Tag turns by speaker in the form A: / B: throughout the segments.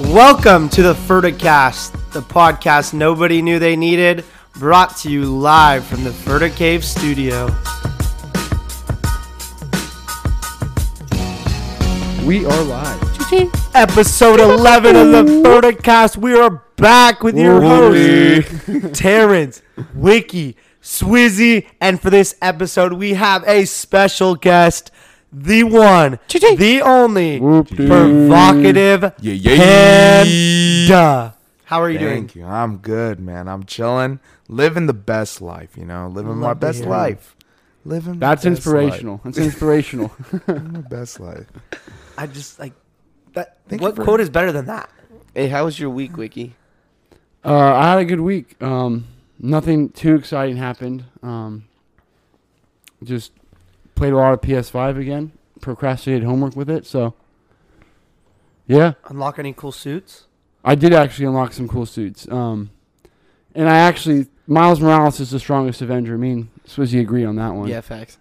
A: Welcome to the Furdicast, the podcast nobody knew they needed, brought to you live from the Furta Cave studio.
B: We are live.
A: Episode 11 of the Furdicast. We are back with your
B: Whoopee.
A: hosts, Terrence, Wiki, Swizzy, and for this episode, we have a special guest, the one, the only, provocative
C: Yeah, yeah.
A: panda. How are you doing?
C: Thank you. I'm good, man. I'm chilling, living the best life. You know, living my
A: love to
C: best
A: hear it.
C: life. Living. my
B: That's
C: best
B: inspirational. That's inspirational.
C: Life. My best life.
A: I just like that.
C: Thank you
A: what
C: for-
A: quote is better than that?
D: Hey, how was your week, Wiki?
B: uh, I had a good week. Um, nothing too exciting happened. Um, just played a lot of PS5 again. Procrastinated homework with it. So, yeah,
A: Unlock any cool suits?
B: I did actually unlock some cool suits. Um, and I actually Miles Morales is the strongest Avenger. Me and Swizzy agree on that one.
D: Yeah, facts.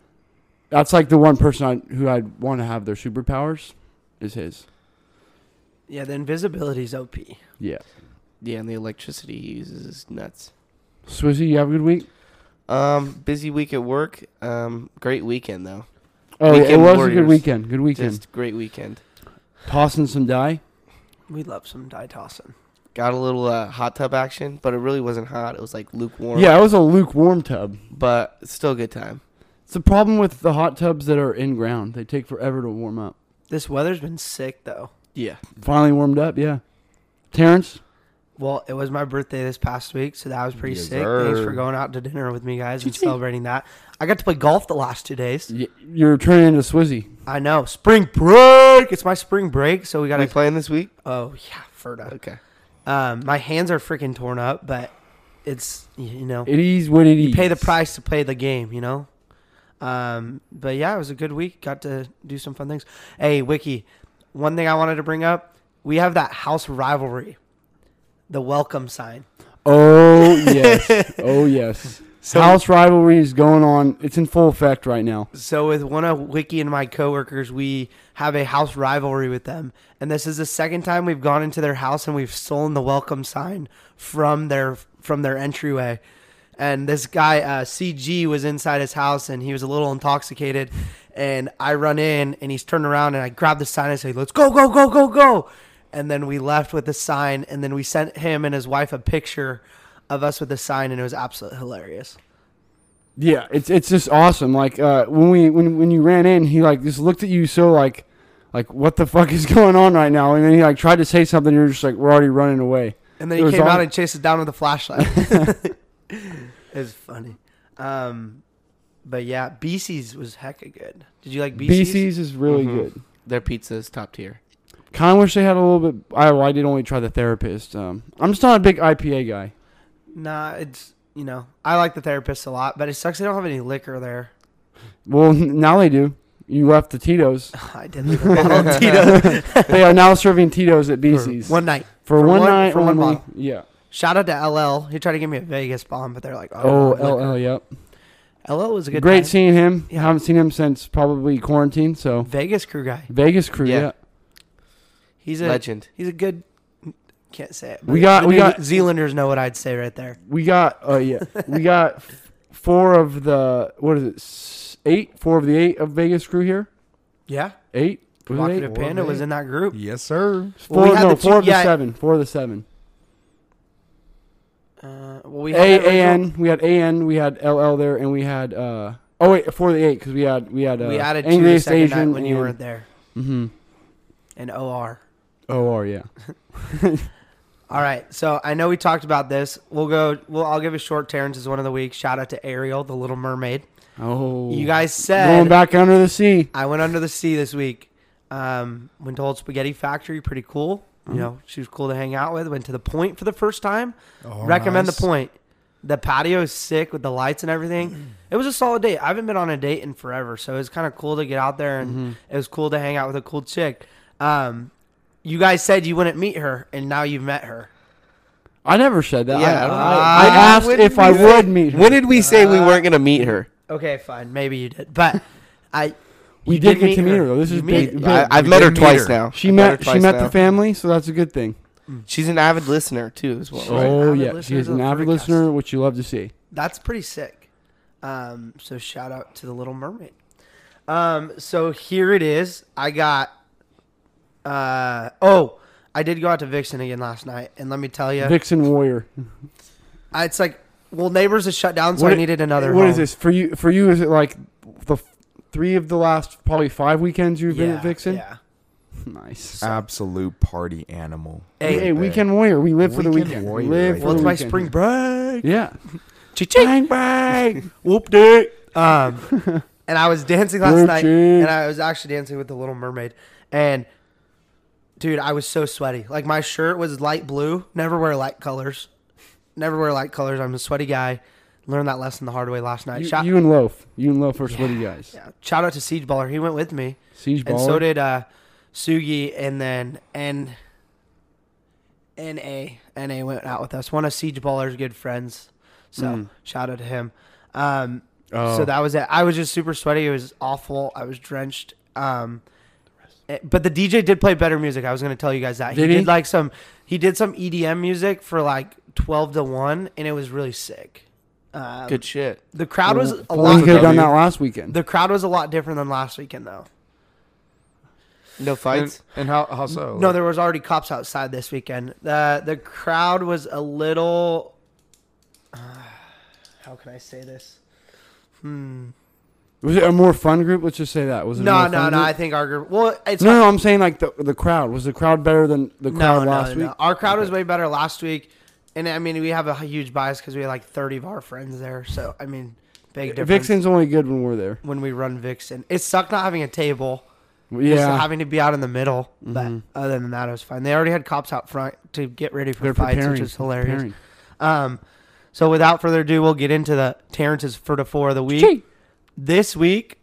B: That's like the one person I, who I'd want to have their superpowers is his.
A: Yeah, the invisibility's OP.
B: Yeah.
D: Yeah, and the electricity he uses is nuts.
B: Swizzy, you have a good week?
D: Um, busy week at work. Um, great weekend though.
B: Oh, yeah, it
D: Weekend
B: was a good
D: warriors.
B: weekend. Good weekend.
D: Just great weekend.
B: tossing some die.
A: We love some die tossing.
D: Got a little uh, hot tub action, but it really wasn't hot. It was like lukewarm.
B: Yeah, it was a lukewarm tub.
D: but still a good time.
B: It's the problem with the hot tubs that are in ground. They take forever to warm up.
A: This weather's been sick though.
D: Yeah,
B: Finally warmed up, yeah. Terrence,
A: Well, it was my birthday this past week, so that was pretty
C: Yes,
A: sick. Thanks
C: sir.
A: for going out to dinner with me guys and celebrating that. I got to play golf the last two days.
B: y- you're turning into Swizzy.
A: I know. Spring break. It's my spring break, so we got
D: are we
A: to.
D: playing this week?
A: Oh yeah, Ferda.
D: Okay.
A: Um, my hands are freaking torn up, but it's you know
B: It is what it is.
A: you pay the price to play the game, you know. Um, but yeah, it was a good week. Got to do some fun things. Hey, Wiki, one thing I wanted to bring up: we have that house rivalry, the welcome sign.
B: Oh yes, oh yes. House rivalry is going on. It's in full effect right now.
A: So with one of Wiki and my coworkers, we have a house rivalry with them, and this is the second time we've gone into their house and we've stolen the welcome sign from their from their entryway. And this guy uh, CG was inside his house and he was a little intoxicated, and I run in and he's turned around and I grab the sign and say, "Let's go, go, go, go, go!" And then we left with the sign, and then we sent him and his wife a picture of us with the sign, and it was absolutely hilarious.
B: Yeah, it's it's just awesome. Like uh, when we when when you ran in, he like just looked at you so like like what the fuck is going on right now? And then he like tried to say something. You're just like we're already running away.
A: And then
B: It
A: he
B: was
A: came out
B: all-
A: and chased us down with a flashlight. it's funny. Um, but yeah, BC's was hecka good. Did you like BC's?
B: BC's is really
A: Mm-hmm.
D: Mhm.
B: good.
D: Their pizza is top tier.
B: Kind of wish they had a little bit. I well, I did only try the therapist. Um, I'm just not a big IPA guy.
A: Nah, it's you know I like the therapist a lot, but it sucks they don't have any liquor there.
B: Well, n- now they do. You left the Tito's.
A: I did leave a bottle of Tito's
B: they are now serving Tito's at BC's
A: one night.
B: for,
A: for
B: one,
A: one-
B: night
A: for one
B: only.
A: bottle.
B: Yeah.
A: Shout out to LL. He tried to give me a Vegas bomb, but they're like,
B: Oh,
A: oh,
B: LL. Yep.
A: LL. LL was a good
B: Great
A: time.
B: seeing him.
A: Yeah.
B: Haven't seen him since probably quarantine. So
A: Vegas crew guy.
B: Vegas crew. Yeah.
D: Yeah.
A: He's a
D: Legend.
A: He's a good. Can't say it. but
B: We got-
A: the
B: we
A: New
B: got-
A: Zealanders know what I'd say right there.
B: We got. Oh yeah. we got f- four of the what is it? s- Eight. Four of the eight of Vegas crew here.
A: Yeah,
B: Eight. Was it
A: Provocative
B: eight?
A: Panda was in that group.
C: Yes, sir.
B: Four,
A: Well, we had
B: no,
A: the two-
B: four of the
A: yeah.
B: seven. Four of the seven.
A: Uh, well, we had
B: A
A: that
B: A
A: original-
B: N. We had A N. We had L L there, and we had uh oh wait for the eight because we had we had uh,
A: we added
B: Angry
A: two the
B: East
A: second night
B: Asian
A: when you
B: and-
A: weren't there.
B: Mhm.
A: And OR.
B: Oh, or yeah.
A: All right, so I know we talked about this. We'll go. Well, I'll give a short. Terrence is one of the week. Shout out to Ariel, the Little Mermaid.
B: Oh,
A: You guys
B: going
A: said
B: back under the sea.
A: I went under the sea this week. Um, went to Old Spaghetti Factory, pretty cool.
B: Mm-hmm.
A: You know, she was cool to hang out with. Went to the Point for the first time.
C: Oh,
A: Recommend
C: nice.
A: the Point. The patio is sick with the lights and everything. It was a solid date. I haven't been on a date in forever, so it was kind of cool to get out there and
B: Mm-hmm.
A: it was cool to hang out with a cool chick. Um, you guys said you wouldn't meet her, and now you've met her.
B: I never said that.
D: Yeah,
B: I,
D: I don't
B: I, I
D: know.
B: asked
D: When
B: if
D: we
B: I
D: said-
B: would meet. Her.
D: When did we say we weren't gonna meet her?
A: Okay, fine, maybe you did, but I
B: We
A: you
B: did get to meet her, though. This
A: You
B: is
A: meet-
B: big.
D: I,
B: big.
D: I've
C: we
D: met
C: did
D: her
C: meet
D: twice
C: her.
D: now.
B: she
D: I've
B: met
D: her
B: she
D: twice
B: met
D: now.
B: the family, so that's a good thing.
D: She's an avid listener too, as well. right?
B: Oh
A: avid
B: yeah, she
A: listener
B: is
A: to
B: an
A: the
B: avid
A: Furrycast.
B: listener, which you love to see.
A: That's pretty sick. Um, so shout out to the Little Mermaid. Um, so here it is. I got. Uh, oh, I did go out to Vixen again last night, and let me tell you,
B: Vixen Warrior.
A: I, it's like well, neighbors is shut down, so I
B: What-
A: needed another.
B: What
A: home.
B: is this for you? For you, is it like the f- three of the last probably five weekends you've been
A: Yeah,
B: at Vixen?
A: Yeah. Uh,
B: Nice.
C: Absolute party animal.
A: Hey,
B: Hey,
C: Right there.
B: weekend warrior. We live for the
C: Weekend
B: weekend.
C: warrior
B: we live
C: right
B: for
A: Well,
B: the
A: it's my
B: weekend.
A: spring break.
B: Yeah.
A: Ching bang. Whoop dick. Um, and I was dancing last
B: Whoop
A: night,
B: dick.
A: and I was actually dancing with the Little Mermaid, and dude, I was so sweaty. Like my shirt was light blue. Never wear light colors. Never wear light colors. I'm a sweaty guy. Learned that lesson the hard way last night.
B: You,
A: shout,
B: you and Loaf. You and Loaf are sweaty guys.
A: yeah, shout out to Siege Baller. He went with me,
B: Siege baller.
A: and so did uh, Sugi, and then and. Na Na went out with us. One of Siege Baller's good friends, so
B: Hmm.
A: shout out to him. Um,
B: Oh.
A: so that was it. I was just super sweaty. It was awful. I was drenched. Um, eh, but the DJ did play better music. I was going to tell you guys that.
B: Did
A: he
B: he?
A: did like some he did some EDM music for like 12 to 1 and it was really sick. Um,
D: Good shit.
A: the crowd was a
B: Well, we could
A: lot
B: have
D: W.
B: done that last weekend.
A: The crowd was a lot different than last weekend though.
D: No
C: And,
D: fights.
C: and how how so?
A: No, there was already cops outside this weekend. The the crowd was a little uh, how can I say this? Hmm.
B: was it a more fun group? Let's just say that. Was it a
A: No,
B: more
A: no,
B: fun
A: no. I
B: group?
A: think our group. Well, it's
B: no, no. I'm saying like the the crowd. Was the crowd better than the crowd last week?
A: Our crowd was way better last week, and I mean we have a huge bias because we had like thirty of our friends there. So I mean, big difference.
B: Vixen's only good when we're there.
A: when we run Vixen, it sucked not having a table. Just
B: Yeah, Mm-hmm.
A: having to be out in the middle. But other than that, it was fine. They already had cops out front to get ready for
B: they're
A: fights,
B: preparing.
A: which is hilarious.
B: preparing.
A: Um, so without further ado, we'll get into the Terrence's for to four of the week.
B: Ching.
A: This week,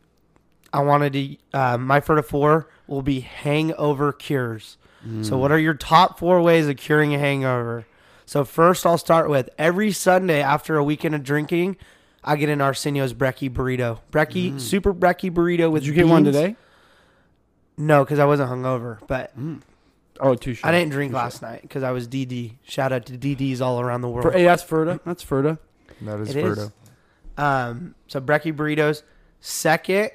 A: I wanted to uh, my for to four will be hangover cures. So what are your top four ways of curing a hangover? So first, I'll start with every Sunday after a weekend of drinking, I get an Arsenio's brekkie burrito, brekkie super brekkie burrito with.
B: Mm. Did you get one
A: beans.
B: today?
A: No, because I wasn't hungover, but
B: Oh, two shots.
A: I didn't drink last night because I was DD. Shout out to DDs all around the world.
B: For, hey, that's Ferda. That's Ferda.
C: that is
A: It is.
C: Birdo.
A: Um, so brekkie burritos. Second,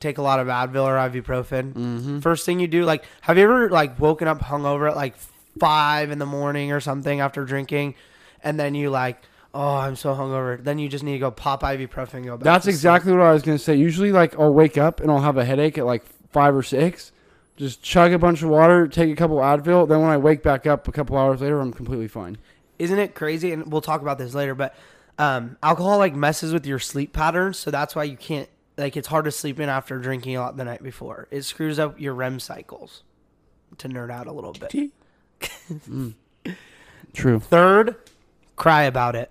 A: take a lot of Advil or ibuprofen. First thing you do, like, have you ever like woken up hungover at like five in the morning or something after drinking, and then you like, oh, I'm so hungover. Then you just need to go pop ibuprofen and go back.
B: That's
A: to sleep.
B: exactly what I was gonna say. Usually, like I'll wake up and I'll have a headache at like five or six. Just chug a bunch of water, take a couple Advil. Then when I wake back up a couple hours later, I'm completely fine.
A: Isn't it crazy? And we'll talk about this later, but um, alcohol like messes with your sleep patterns, so that's why you can't like it's hard to sleep in after drinking a lot the night before. It screws up your REM cycles. To nerd out a little bit.
B: True.
A: Third, cry about it.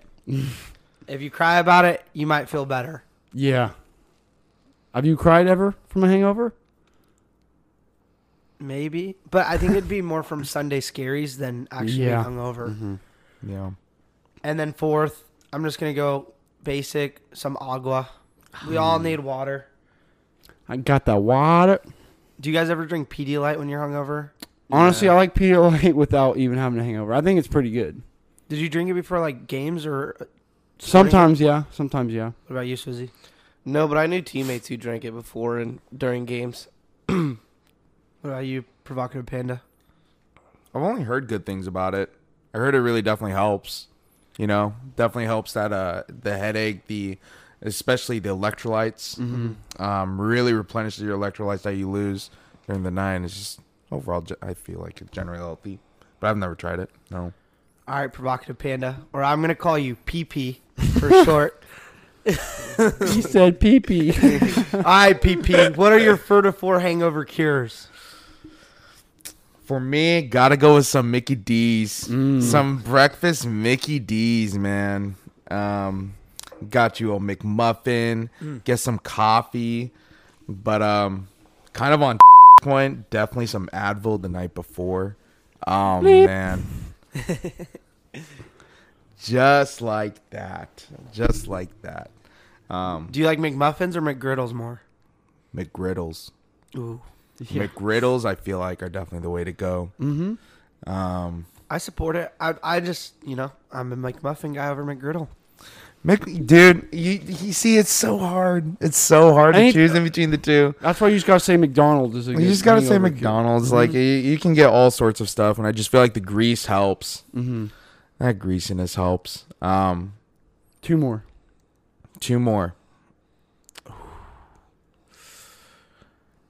A: if you cry about it, you might feel better.
B: Yeah. Have you cried ever from a hangover?
A: Maybe, but I think it'd be more from Sunday scaries than actually
B: Yeah.
A: being hungover.
C: Yeah.
A: And then fourth, I'm just gonna go basic, some agua. We all need water.
B: I got that water.
A: Do you guys ever drink Pedialyte when you're hungover?
B: Honestly, I like Pedialyte without even having a hangover. I think it's pretty good.
A: Did you drink it before like games or what
B: Sometimes, yeah. Sometimes, yeah.
A: about you, Susie?
D: No, but I knew teammates who drank it before and during games.
A: What about you, provocative panda?
C: I've only heard good things about it. I heard it really definitely helps. You know, definitely helps that uh the headache, the especially the electrolytes, um, really replenishes your electrolytes that you lose during the night. And it's just overall, ge- I feel like it's generally healthy, but I've never tried it. No,
A: All right, provocative panda, or I'm gonna call you PP for short.
B: He said pee pee.
A: IPP. What are your Furtifor hangover cures?
C: for me, gotta go with some Mickey D's, some breakfast Mickey D's, man. Um, got you a McMuffin, get some coffee, but um, kind of on point, definitely some Advil the night before. Oh man, just like that, just like that. Um,
A: Do you like McMuffins or McGriddles more?
C: McGriddles.
A: Ooh.
B: Yeah.
C: McGriddles, I feel like are definitely the way to go. Mm-hmm. Um,
A: I support it. I, I just, you know, I'm a McMuffin guy over McGriddle.
C: Mc, dude, you, you see, it's so hard. It's so hard
B: Ain't-
C: to choose in between the two.
B: That's why you just gotta say McDonald's is a
C: You just gotta say McDonald's.
B: Mm-hmm.
C: Like you, you can get all sorts of stuff, and I just feel like the grease helps.
B: hmm
C: That greasiness helps. Um,
B: Two more.
C: Two more.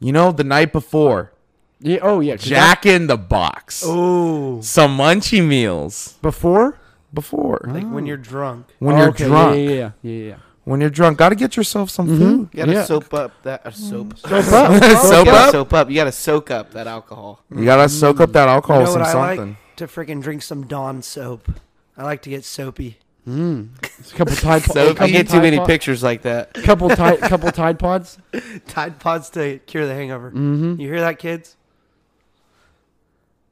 C: You know, the night before,
B: Yeah. Oh yeah. 'cause that-
C: Jack in the Box.
A: Oh,
C: Some munchie meals
B: before.
C: before.
A: like when you're drunk.
C: When
B: Oh,
C: you're
B: okay,
C: drunk. Mm-hmm.
B: Yeah, yeah, Mm-hmm. yeah, yeah. yeah.
C: When you're drunk, gotta get yourself some food.
D: You gotta
B: Yeah.
D: soap up that uh, soap.
B: Soap up.
C: soak
D: you gotta
C: up.
D: soap up. You gotta soak up that alcohol.
C: You gotta soak up that alcohol
A: You
C: with
A: know what
C: some
A: I
C: something.
A: like to freaking drink some Dawn soap. I like to get soapy.
B: Mm. It's a couple Tide Pods.
D: So if you get too many
B: pictures.
D: pictures like that,
B: Couple Tide, couple Tide Pods.
A: Tide pods to cure the hangover.
B: Mm-hmm.
A: You hear that, kids?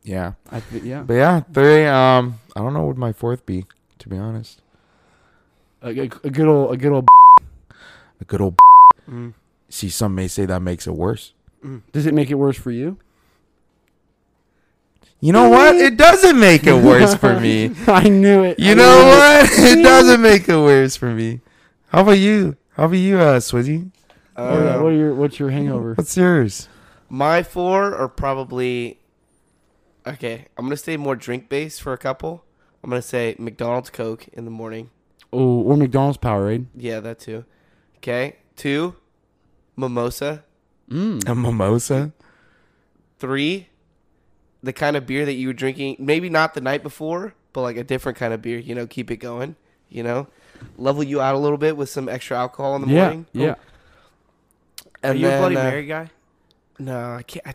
C: Yeah.
B: I th- yeah.
C: But yeah, three. Um, I don't know what would my fourth be, to be honest.
B: A, a, a good old, a good old.
C: A good old.
A: Mm.
C: See, some may say that makes it worse.
B: Does it make it worse for you?
C: You know what? It doesn't make it worse for me.
B: I knew it. I
C: You know
B: knew it.
C: what? It doesn't make it worse for me. How about you? How about you, uh, Swizzy?
A: Oh,
B: What are-
D: uh,
B: what are your, what's your hangover?
C: What's yours?
D: Um, my four are probably okay. I'm gonna say more drink based for a couple. I'm gonna say McDonald's Coke in the morning.
B: Oh, or McDonald's Powerade.
D: Yeah, that too. Okay, two, mimosa.
B: Mm.
C: A mimosa?
D: Three, the kind of beer that you were drinking, maybe not the night before, but like a different kind of beer. You know, keep it going. You know, level you out a little bit with some extra alcohol in the
B: Yeah,
D: morning.
B: yeah.
A: Are
D: And
A: you a
D: then,
A: Bloody
D: uh,
A: Mary guy?
D: No, I can't. I,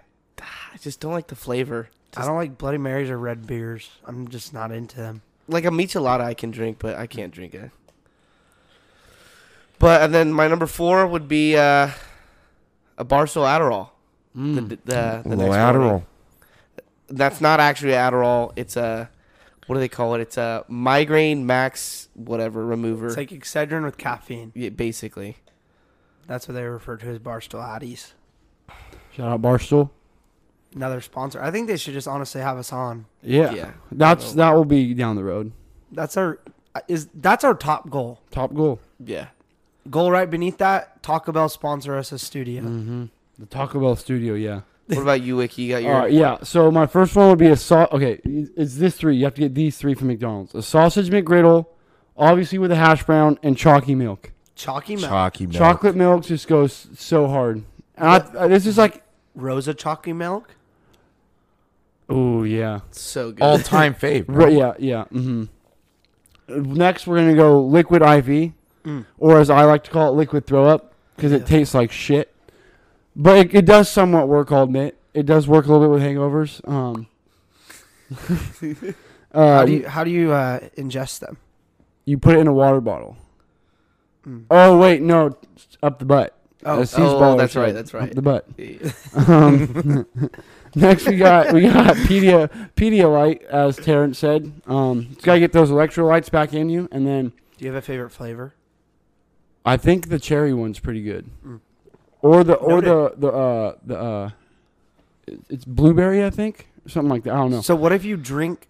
D: I just don't like the flavor.
A: I don't like Bloody Marys or red beers. I'm just not into them.
D: Like a michelada, I can drink, but I can't drink it. But and then my number four would be uh, a Barstool Adderall. The,
B: Mm.
D: the, the
C: Low
D: next morning.
C: Adderall.
D: That's not actually Adderall. It's a what do they call it? It's a migraine max whatever remover.
A: It's like Excedrin with caffeine.
D: yeah, basically.
A: That's what they refer to as Barstool Addies.
B: Shout out Barstool.
A: Another sponsor. I think they should just honestly have us on.
B: Yeah.
D: Yeah.
B: That's
D: So-
B: that will be down the road.
A: That's our is that's our top goal.
B: Top goal.
D: Yeah.
A: Goal right beneath that, Taco Bell sponsor us a studio.
B: Mm-hmm. The Taco Bell studio. Yeah.
D: What about you, Wiki? You got
B: All
D: your
C: Uh,
B: right. Uh, Yeah. So my first one would be a saw. Okay, it's this three. You have to get these three from McDonald's: a sausage McGriddle, obviously with a hash brown, and chalky milk.
A: Chalky Milk.
C: Chalky milk.
B: Chocolate milk just goes so hard. And I, I- this is like,
A: Rosa Chalky Milk.
B: oh yeah,
D: so good.
C: All time favorite.
B: Right, yeah, yeah. Mm-hmm. Next, we're gonna go liquid IV,
A: Mm.
B: or as I like to call it, liquid throw up, because
A: Yeah.
B: it tastes like shit. But it, it does somewhat work. I'll admit, it does work a little bit with hangovers. Um, uh,
A: How do
B: you,
A: you how do you uh, ingest them?
B: put it in a water bottle.
A: Mm.
B: Oh wait, no, it's up the butt.
A: Oh,
B: That's
D: oh,
B: Seaballer
D: that's
B: shit.
D: right, that's right.
B: Up the butt.
D: Yeah.
B: Um, next, we got we got Pedia, Pedialyte, as Terrence said. Um, it's got to get those electrolytes back in you, and then
A: Do you have a favorite flavor?
B: I think the cherry one's pretty good,
A: Mm.
B: or the or the the uh, the uh, it- it's blueberry, I think, something like that. I don't know.
A: So what if you drink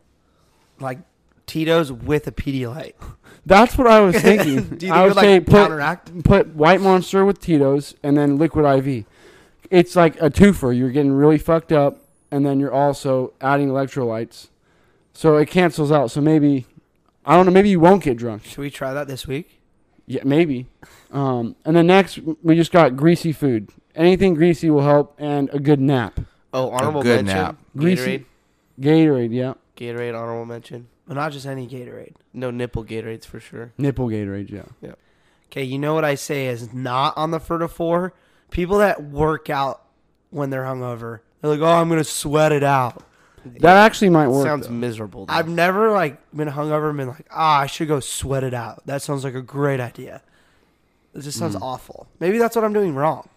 A: like Tito's with a Pedialyte?
B: That's what I was thinking.
A: Do you think
B: I
A: it
B: would
A: would
B: say
A: like
B: put
A: counteract?
B: put White Monster with Tito's, and then Liquid IV. It's like a twofer. You're getting really fucked up, and then you're also adding electrolytes, so it cancels out. So maybe I don't know. Maybe you won't get drunk.
A: Should we try that this week?
B: Yeah, maybe. Um, and then next we just got greasy food. Anything greasy will help, and a good nap.
D: Oh, honorable
C: good
D: mention.
C: nap.
B: Greasy.
D: Gatorade.
B: Gatorade, yeah.
D: Gatorade honorable mention.
A: Well, not just any Gatorade.
D: No nipple Gatorades for sure.
B: Nipple Gatorade, yeah.
A: Okay, you know what I say is not on the Furta Four. People that work out when they're hungover, they're like, "Oh, I'm gonna sweat it out."
B: That actually might work.
D: Sounds
B: though.
D: miserable. though.
A: I've never like been hungover and been like, "Ah, I should go sweat it out." That sounds like a great idea. It just
B: Mm.
A: sounds awful. Maybe that's what I'm doing wrong.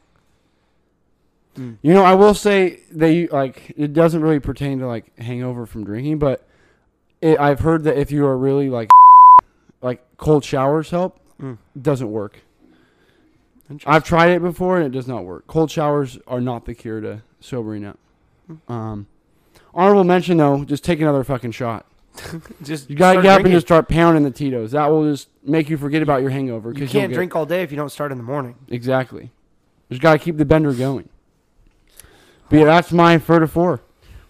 B: You know, I will say they like it doesn't really pertain to like hangover from drinking, but it, I've heard that if you are really like like cold showers help,
A: Mm.
B: doesn't work. I've tried it
A: Mm.
B: before and it does not work. Cold showers are not the cure to sobering up. Um, Honorable mention though, just take another fucking shot.
A: Just
B: You gotta
A: start
B: get up and
A: drinking.
B: just start pounding the Tito's. That will just make you forget about your hangover. 'cause
A: You
B: you'll
A: can't
B: get-
A: drink all day if you don't start in the morning.
B: Exactly. Just gotta keep the bender going. But yeah, that's my fur to four.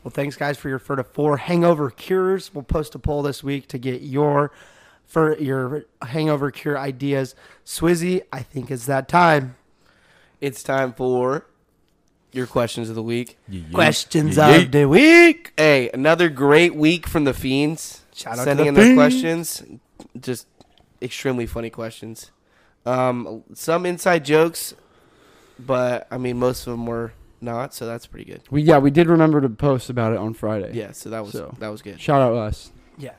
A: Well, thanks guys for your fur to four hangover cures. We'll post a poll this week to get your for your hangover cure ideas. Swizzy, I think it's that time.
D: It's time for your questions of the week.
A: Questions
C: Yeah, yeah.
A: of the week.
D: Hey, another great week from the Fiends.
A: Shout out to
D: Sending
A: the
D: in their
A: Fiends.
D: questions. Just extremely funny questions. Um, some inside jokes, but I mean, most of them were not, so that's pretty good.
B: We yeah, we did remember to post about it on Friday.
D: Yeah, so that was
B: So.
D: that was good.
B: Shout out us.
A: Yeah.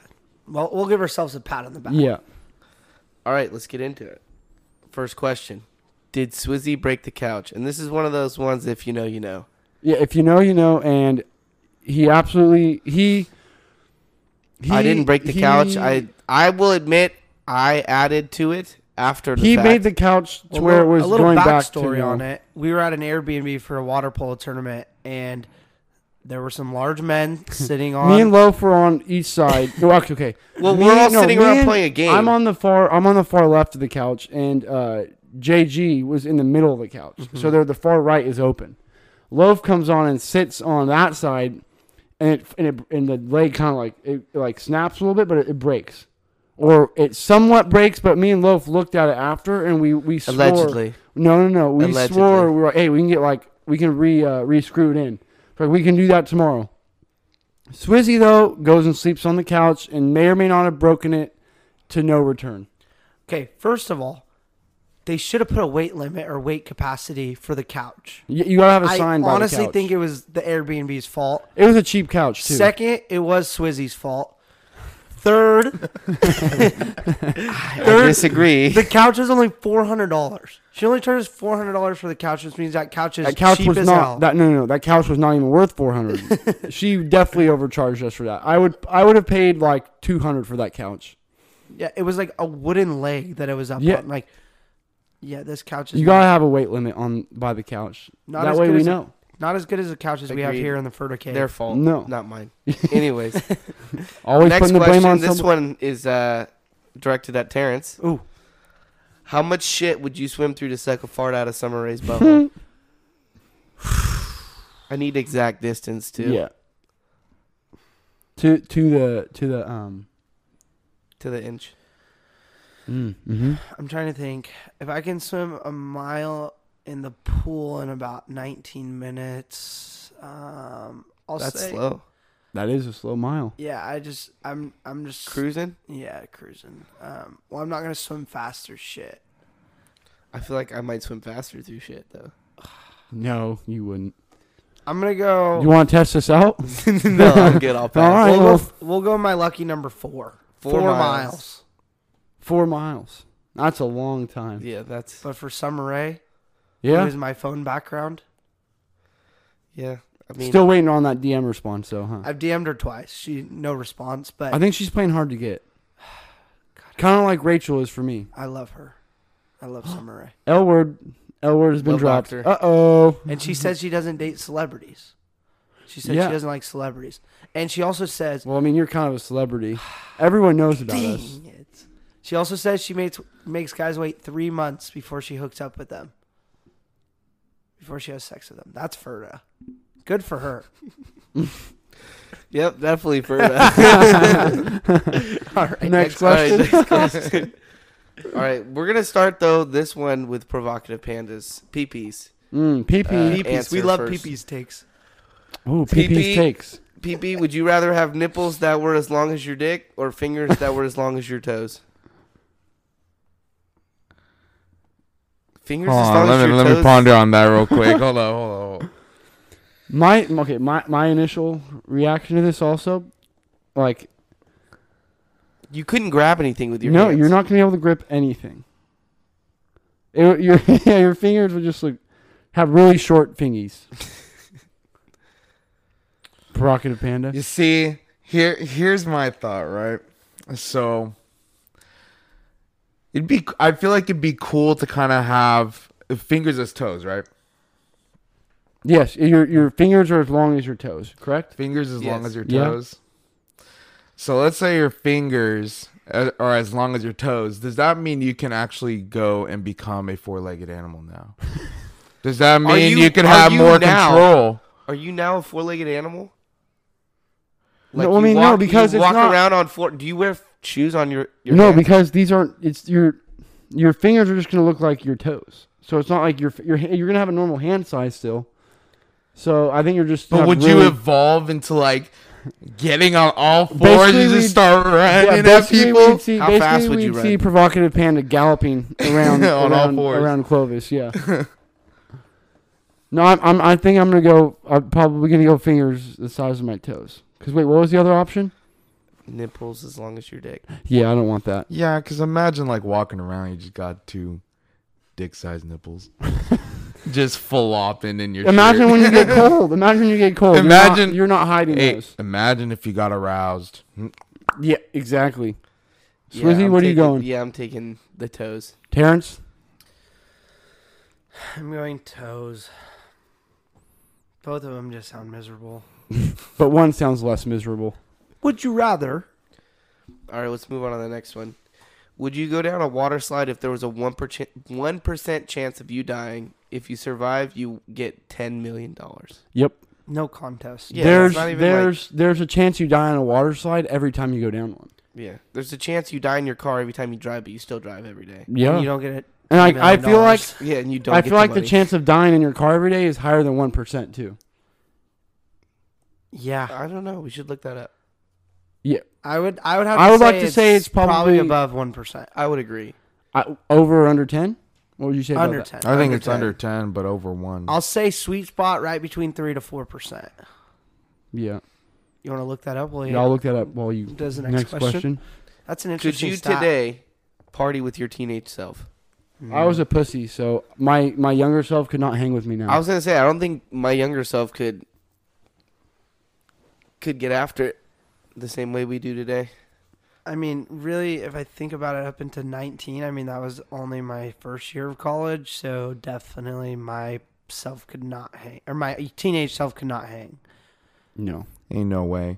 A: Well, we'll give ourselves a pat on the back.
B: Yeah.
D: All right, let's get into it. First question: Did Swizzy break the couch? And this is one of those ones. If you know, you know.
B: Yeah, if you know, you know, and he absolutely he. he
D: I didn't break the
B: he-
D: couch. I I will admit I added to it after the
B: he
D: fact.
B: made the couch to
A: Well,
B: where it was
A: a little
B: going back to
A: backstory
B: you know,
A: on it. We were at an Airbnb for a water polo tournament, and there were some large men sitting on.
B: Me and Loaf were on each side. No, okay, okay.
D: Well,
B: Me-
D: we're all
B: no,
D: sitting
B: me
D: around
B: and-
D: playing a game.
B: I'm on the far. I'm on the far left of the couch, and uh, JG was in the middle of the couch.
D: Mm-hmm.
B: So there, the far right is open. Loaf comes on and sits on that side, and it and, it, and the leg kind of like it like snaps a little bit, but it, it breaks, or it somewhat breaks. But me and Loaf looked at it after, and we we swore,
D: Allegedly.
B: No, no, no. We
D: Allegedly.
B: swore we were like, hey, we can get like we can re uh, re screw it in. Like we can do that tomorrow. Swizzy though goes and sleeps on the couch and may or may not have broken it to no return.
A: okay, first of all, they should have put a weight limit or weight capacity for the couch.
B: You, you gotta have a
A: I
B: sign. by the
A: honestly
B: couch.
A: think it was the Airbnb's fault.
B: it was a cheap couch too.
A: Second, it was Swizzy's fault. Third,
D: I
A: third,
D: disagree.
A: the couch is only four hundred dollars. She only charges four hundred dollars for the couch, which means that couch is
B: that couch
A: cheap
B: was
A: as
B: not
A: hell.
B: that. No, no, no. That couch was not even worth four hundred. she definitely overcharged us for that. I would I would have paid like two hundred for that couch.
A: yeah, it was like a wooden leg that it was up
B: Yeah.
A: on. Like, yeah, this couch is
B: You gotta have a weight limit on by the couch.
A: Not
B: that
A: as
B: way
A: good
B: we
A: as a-
B: know.
A: Not as good as the couches we have
D: Agreed.
A: here in the Furta Cave.
D: Their fault.
B: No.
D: Not mine. Anyways,
B: Always
D: next
B: putting the blame
D: question.
B: on
D: This
B: someone.
D: one is uh, directed at Terrence.
A: Ooh.
D: How much shit would you swim through to suck a fart out of Summer Rae's butthole? I need exact distance too.
B: Yeah. To to the to the um.
D: To the inch.
B: Mm, hmm
A: I'm trying to think. If I can swim a mile in the pool in about 19 minutes, um, I'll
D: That's
A: say-
D: slow.
B: That is a slow mile.
A: Yeah, I just, I'm, I'm just,
D: Cruising.
A: yeah, cruising. Um, well, I'm not gonna swim faster. Shit.
D: I feel like I might swim faster through shit though.
B: No, you wouldn't.
A: I'm gonna go.
B: You want to test this out?
D: no, I'm good. I'll pass.
B: All right.
A: we'll, go
B: well-
A: we'll go my lucky number four.
D: Four miles.
B: Four miles. That's a long time.
D: Yeah, that's
A: But for Summer Rae, who
B: Yeah.
A: is my phone background?
D: yeah. I mean,
B: Still waiting on that DM response, though, huh?
A: I've DM'd her twice. She no response, but
B: Mm-hmm. I think she's playing hard to get. Kind of like Rachel is for me.
A: I love her. I love Summer Rae.
B: L word. L word has been
D: Love
B: dropped.
D: Doctor.
B: Uh oh.
A: And she says she doesn't date celebrities. She said
B: Yeah.
A: she doesn't like celebrities. And she also says,
B: Well, I mean, you're kind of a celebrity. Everyone knows about us.
A: dang it. She also says she makes, makes guys wait three months before she hooks up with them, before she has sex with them. That's Ferda. Good for her.
D: yep, definitely for. Next,
A: All right.
B: Next
D: all right,
B: question.
D: next question. All right, we're gonna start though this one with provocative pandas, peepees.
B: Mm, PP.
D: Uh,
A: Peepees. We
D: Answer
A: love
D: first.
A: peepees takes.
B: Ooh, PP's
D: PP.
B: takes.
D: PP, would you rather have nipples that were as long as your dick or fingers that were as long as your toes? Fingers
C: Hold
D: as
C: on,
D: long as
C: let me
D: your
C: let
D: toes.
C: me ponder on that real quick. hold on, hold on. Hold on.
B: My okay, my my initial reaction to this also, like,
D: You couldn't grab anything with your
B: no,
D: hands.
B: you're not gonna be able to grip anything. It, would- your yeah, your fingers would just look have really short fingies. Provocative panda.
C: You see, here here's my thought, right? So it'd be I feel like it'd be cool to kind of have fingers as toes, right?
B: Yes, your your fingers are as long as your toes, correct?
C: Fingers as long
D: Yes.
C: as your
B: Yeah.
C: toes. So let's say your fingers a- are as long as your toes. Does that mean you can actually go and become a four-legged animal now? Does that mean you,
D: you-
C: can
D: are
C: have
D: you
C: more
D: now?
C: control?
D: Are you now a four-legged animal?
B: No, I mean, no, because
D: you
B: it's
D: walk
B: not-
D: around on four. Do you wear f- shoes on your? your
B: no,
D: hands?
B: because these aren't. It's your your fingers are just gonna look like your toes. So it's not like your your ha- you're gonna have a normal hand size still. So I think you're just.
C: But
B: have
C: would you
B: really-
C: evolve into like getting on all fours
B: Basically,
C: and
B: we'd-
C: just start running at
B: basically
C: people?
B: We'd see,
D: How
B: basically
D: fast would you
B: we'd see
D: run?
B: provocative panda galloping around
C: On all
B: around,
C: fours.
B: around Clovis. Yeah. no, I'm, I'm. I think I'm gonna go. I'm probably gonna go fingers the size of my toes. Cause wait, what was the other option?
D: nipples as long as your dick.
B: Yeah, I don't want that.
C: Yeah, because imagine like walking around, you just got two dick-sized nipples, just flopping in your.
B: Imagine
C: shirt.
B: when you get cold. Imagine when you get cold. you're
C: Imagine-
B: not, you're not hiding
C: Hey,
B: those.
C: imagine if you got aroused.
B: Yeah, exactly.
D: Yeah,
B: Swizzy,
D: I'm
B: what are you
D: taking-
B: going?
D: Yeah, I'm taking the toes.
B: Terrence?
A: I'm going toes. Both of them just sound miserable.
B: But one sounds less miserable.
A: Would you rather?
D: All right, let's move on to the next one. Would you go down a water slide if there was a one percent one percent chance of you dying? If you survive, you get ten million dollars.
B: Yep.
A: No contest.
D: Yeah,
B: there's
D: it's not even
B: there's there's a chance you die on a water slide every time you go down one.
D: Yeah, there's a chance you die in your car every time you drive, but you still drive every day.
B: Yeah.
A: You don't get it.
B: and I, I
A: $10
B: feel like
D: Yeah, and you don't.
B: I
D: get
B: feel like the
D: money.
B: chance of dying in your car every day is higher than one percent too.
A: Yeah,
D: I don't know. We should look that up.
B: Yeah.
A: Uh, I would. I would have.
B: I
A: to
B: would
A: say
B: like to say it's probably-
A: above one percent.
D: I would agree.
B: I, over or under ten? What would you say? about
A: Under
B: that?
A: ten.
C: I think it's
D: 10.
C: under ten, but over one.
A: I'll say sweet spot right between three to four percent.
B: Yeah.
A: You want to look that up, will you?
B: yeah. I'll look that up while you.
A: Does the
B: next,
A: next
B: question.
A: question? That's an
D: Could
A: interesting.
D: you
A: stat.
D: today party with your teenage self?
A: Mm.
B: I was a pussy, so my my younger self could not hang with me now.
D: I was gonna say I don't think my younger self could could get after it the same way we do today.
A: I mean, really, if I think about it, up into nineteen, I mean, that was only my first year of college, so definitely my self could not hang, or my teenage self could not hang.
B: no.
C: Ain't no way.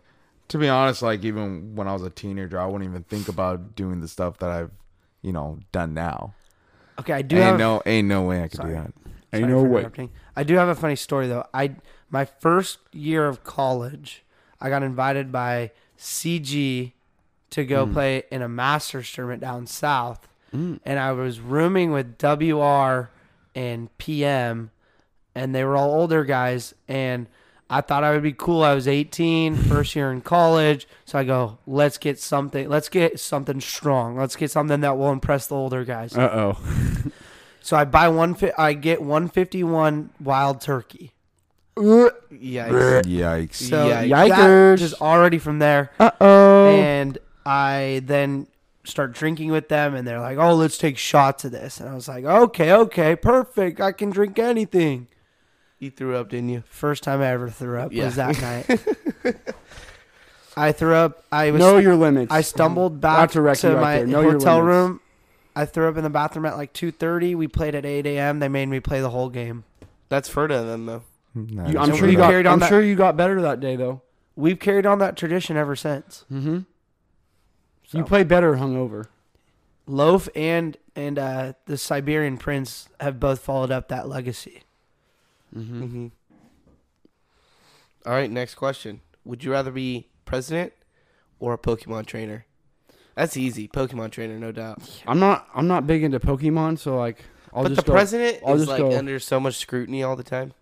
C: To be honest, like even when I was a teenager, I wouldn't even think about doing the stuff that I've, you know, done now.
A: Okay, I do
C: ain't
A: have.
C: no, ain't no way I could
A: Sorry.
C: do that.
A: Sorry for interrupting. I do have a funny story though. I my first year of college, I got invited by CG to go play in a master's tournament down south, and I was rooming with WR and PM, and they were all older guys, and I thought I would be cool. I was 18, first year in college, so I go, let's get something, let's get something strong, let's get something that will impress the older guys.
B: Uh oh.
A: So I buy one. fi- I get one fifty one wild turkey.
D: Yeah.
C: Yikes!
A: So that
D: Yikes.
B: Yikers.
A: just already from there,
B: Uh oh.
A: and I then start drinking with them, and they're like, "Oh, let's take shots of this," and I was like, "Okay, okay, perfect. I can drink anything."
D: You threw up, didn't you?
A: First time I ever threw up
D: Yeah.
A: was that night. I threw up. I was
B: Know your limits.
A: I stumbled back
B: That's a
A: to
B: recce right
A: my
B: there. Know your
A: hotel
B: limits.
A: room. I threw up in the bathroom at like two thirty. We played at eight a.m. They made me play the whole game.
D: That's further than though.
C: Nah,
B: You-
C: that's
B: I'm
A: So
B: sure
A: we
B: you
C: brutal.
B: got.
A: carried on
B: I'm
A: that-
B: sure you got better that day though.
A: We've carried on that tradition ever since.
B: Mm-hmm. You
A: So-
B: play better hungover.
A: Loaf and and uh, the Siberian Prince have both followed up that legacy.
C: Hmm.
B: Mm-hmm.
D: Mm-hmm. All right, next question. Would you rather be president or a Pokemon trainer? That's easy. Pokemon trainer, no doubt.
B: Mm-hmm. I'm not. I'm not big into Pokemon, so like, I'll
D: but
B: just
D: the
B: go.
D: president
B: I'll
D: is
B: just
D: like
B: go-
D: under so much scrutiny all the time.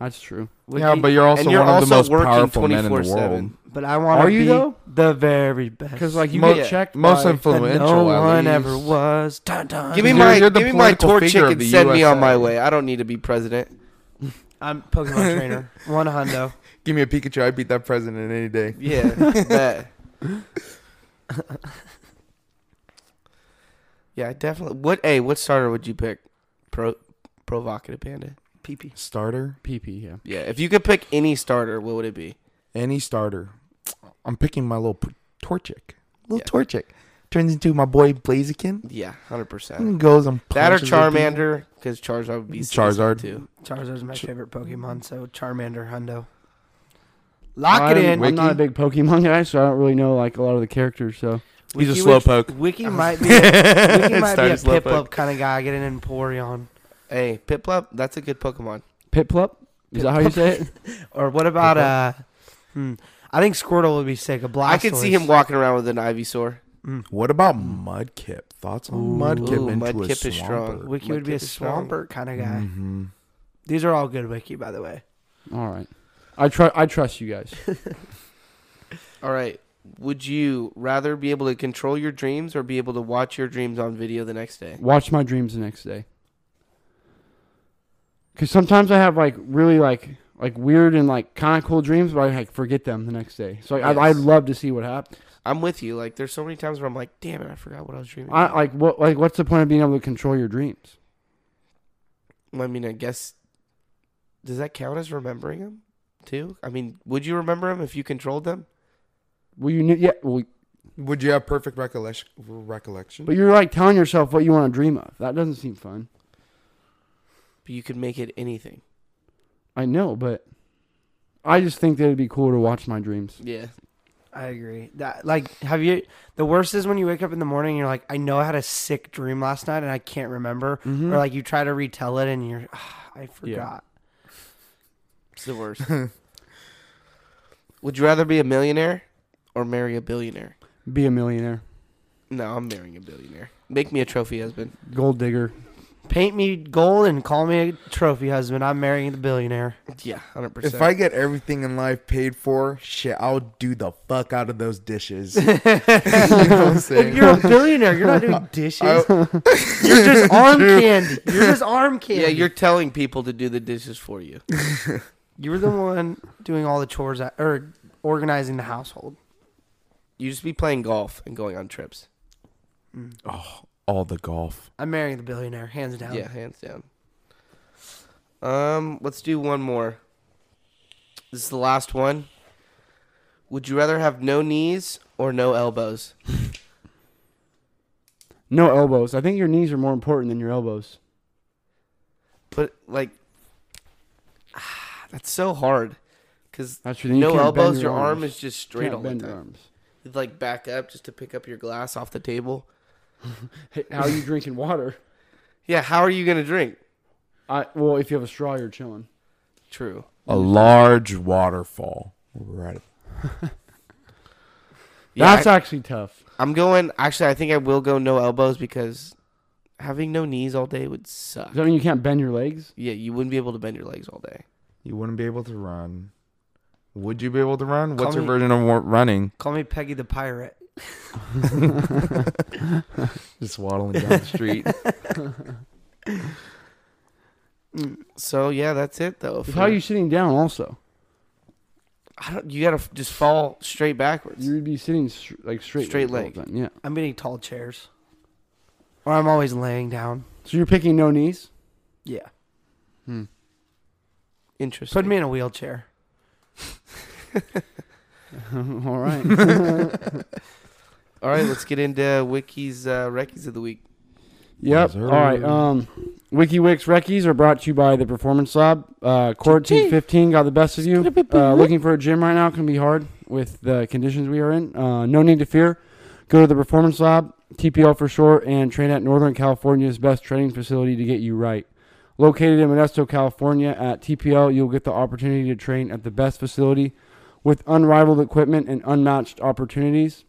B: That's true.
D: Would
C: yeah,
D: you-
C: but you're also
D: and you're
C: one of the most
D: also working
C: powerful men in the
D: 24/7.
C: world.
A: But I want
B: Are
A: to
B: you
A: be
B: though?
A: the very best.
B: Because like you
D: Mo-
B: get
D: yeah.
B: checked.
C: Most
B: by,
A: that
C: influential.
A: no
C: at
A: one
C: least.
A: ever was. Dun, dun.
D: Give me
C: You're-
D: my
C: you're the
D: give me my
C: political
D: torch
C: figure of
D: chicken.
C: the
D: Send me on
C: USA.
D: my way. I don't need to be president.
A: I'm Pokemon trainer. One hundo.
C: Give me a Pikachu. I beat that president any day.
D: Yeah, bet. yeah, I definitely. What? Hey, what starter would you pick? Pro, provocative panda.
A: PP.
C: Starter,
B: PP. Yeah.
D: Yeah, if you could pick any starter, what would it be?
C: any starter. I'm picking my little p- Torchic. Little
D: Yeah.
C: Torchic turns into my boy Blaziken.
D: Yeah, hundred percent.
C: And goes and
D: That or
C: punches at people.
D: Charmander, because Charizard would be sick
C: Charizard.
D: too.
A: Charizard's my favorite Pokemon, so Charmander, Hundo. Lock it in.
B: I'm, I'm not a
C: Wiki?
B: big Pokemon guy, so I don't really know like a lot of the characters. So
C: He's a
A: Wiki
C: slow
A: would-
C: poke.
A: Wiki might be. Wiki might be a
C: Started slow
A: Piplup kind of guy. Get an Emporion.
D: Hey, Piplup, that's a good Pokemon.
B: Piplup, is that how you say it?
A: Or what about uh? Hmm, I think Squirtle would be sick. A Blastoise.
D: I could see him walking around with an Ivysaur.
C: What about Mudkip? Thoughts on Mudkip
D: Ooh,
C: into a
D: Mudkip is strong.
C: Swampert?
A: Wiki would be a
D: Mudkip is strong.
A: Swampert kind of guy.
C: Mhm.
A: These are all good Wiki, by the way.
B: All right, I try. I trust you guys.
D: All right. Would you rather be able to control your dreams or be able to watch your dreams on video the next day?
B: Watch my dreams the next day. Cause sometimes I have like really like like weird and like kind of cool dreams, but I like forget them the next day. So I, I, I'd
D: Yes.
B: love to see what happens.
D: I'm with you. Like, there's so many times where I'm like, damn it, I forgot what I was dreaming.
B: I
D: about."
B: like what like what's the point of being able to control your dreams?
D: I mean, I guess does that count as remembering them too? I mean, would you remember them if you controlled them?
B: Well, you knew yeah. Well,
C: Would you have perfect recollection? Recollection?
B: but you're like telling yourself what you want to dream of. That doesn't seem fun.
D: But you could make it anything.
B: I know, but I just think that it'd be cool to watch my dreams.
D: Yeah.
A: I agree. That like, have you? The worst is when you wake up in the morning and you're like, I know I had a sick dream last night and I can't remember,
D: Mm-hmm.
A: or like you try to retell it and you're, "Ah, I forgot.
D: It's the worst. would you rather be a millionaire or marry a billionaire?
B: Be a millionaire,
D: No, I'm marrying a billionaire. Make me a trophy husband.
B: gold digger.
A: Paint me gold and call me a trophy husband. I'm marrying the billionaire.
D: Yeah, hundred percent.
C: if I get everything in life paid for, shit, I'll do the fuck out of those dishes. you know what I'm saying?
A: You're a billionaire. You're not doing dishes.
C: I-
A: You're just arm candy. You're just arm candy.
D: yeah, you're telling people to do the dishes for you.
A: You were the one doing all the chores at, or organizing the household.
D: You just be playing golf and going on trips.
C: oh, all the golf.
A: I'm marrying the billionaire, hands down.
D: Yeah, hands down. Um, let's do one more. This is the last one. Would you rather have no knees or no elbows?
B: No elbows. I think your knees are more important than your elbows.
D: But like, that's so hard because
B: That's your
D: no elbows. Your, arm is just straight
B: straight
D: all the
B: bend your
D: time.
B: arms.
D: You'd like back up just to pick up your glass off the table.
B: Hey, how are you drinking water?
D: Yeah, how are you gonna drink?
B: I well, if you have a straw, you're chilling.
D: True.
C: A large waterfall. Right.
D: Yeah,
B: That's
D: I,
B: actually tough.
D: I'm going. Actually, I think I will go no elbows because having no knees all day would suck.
B: Does that mean you can't bend your legs?
D: Yeah, you wouldn't be able to bend your legs all day.
C: You wouldn't be able to run. Would you be able to run? What's
A: Call
C: your
A: me-
C: version of wa- running?
A: Call me Peggy the Pirate.
C: Just waddling down the street.
D: So yeah, that's it though.
B: How are
D: for-
B: you sitting down? Also,
D: I don't, you gotta f- just fall straight backwards.
B: you would be sitting str- like straight.
D: Straight
B: legs all the time, Yeah.
A: I'm getting tall chairs. Or I'm always laying down.
B: So you're picking no knees.
A: Yeah.
D: Interesting.
A: Put me in a wheelchair.
B: all right.
D: all right, let's get into Wiki's uh, recies of the week.
B: Yep.
C: Missouri.
B: All right. Um, WikiWix Recies are brought to you by the Performance Lab. Uh, quarantine 15 got the best of you. Uh, looking for a gym right now can be hard with the conditions we are in. Uh, no need to fear. Go to the Performance Lab, TPL for short, and train at Northern California's best training facility to get you right. Located in Modesto, California, at TPL, you'll get the opportunity to train at the best facility with unrivaled equipment and unmatched opportunities.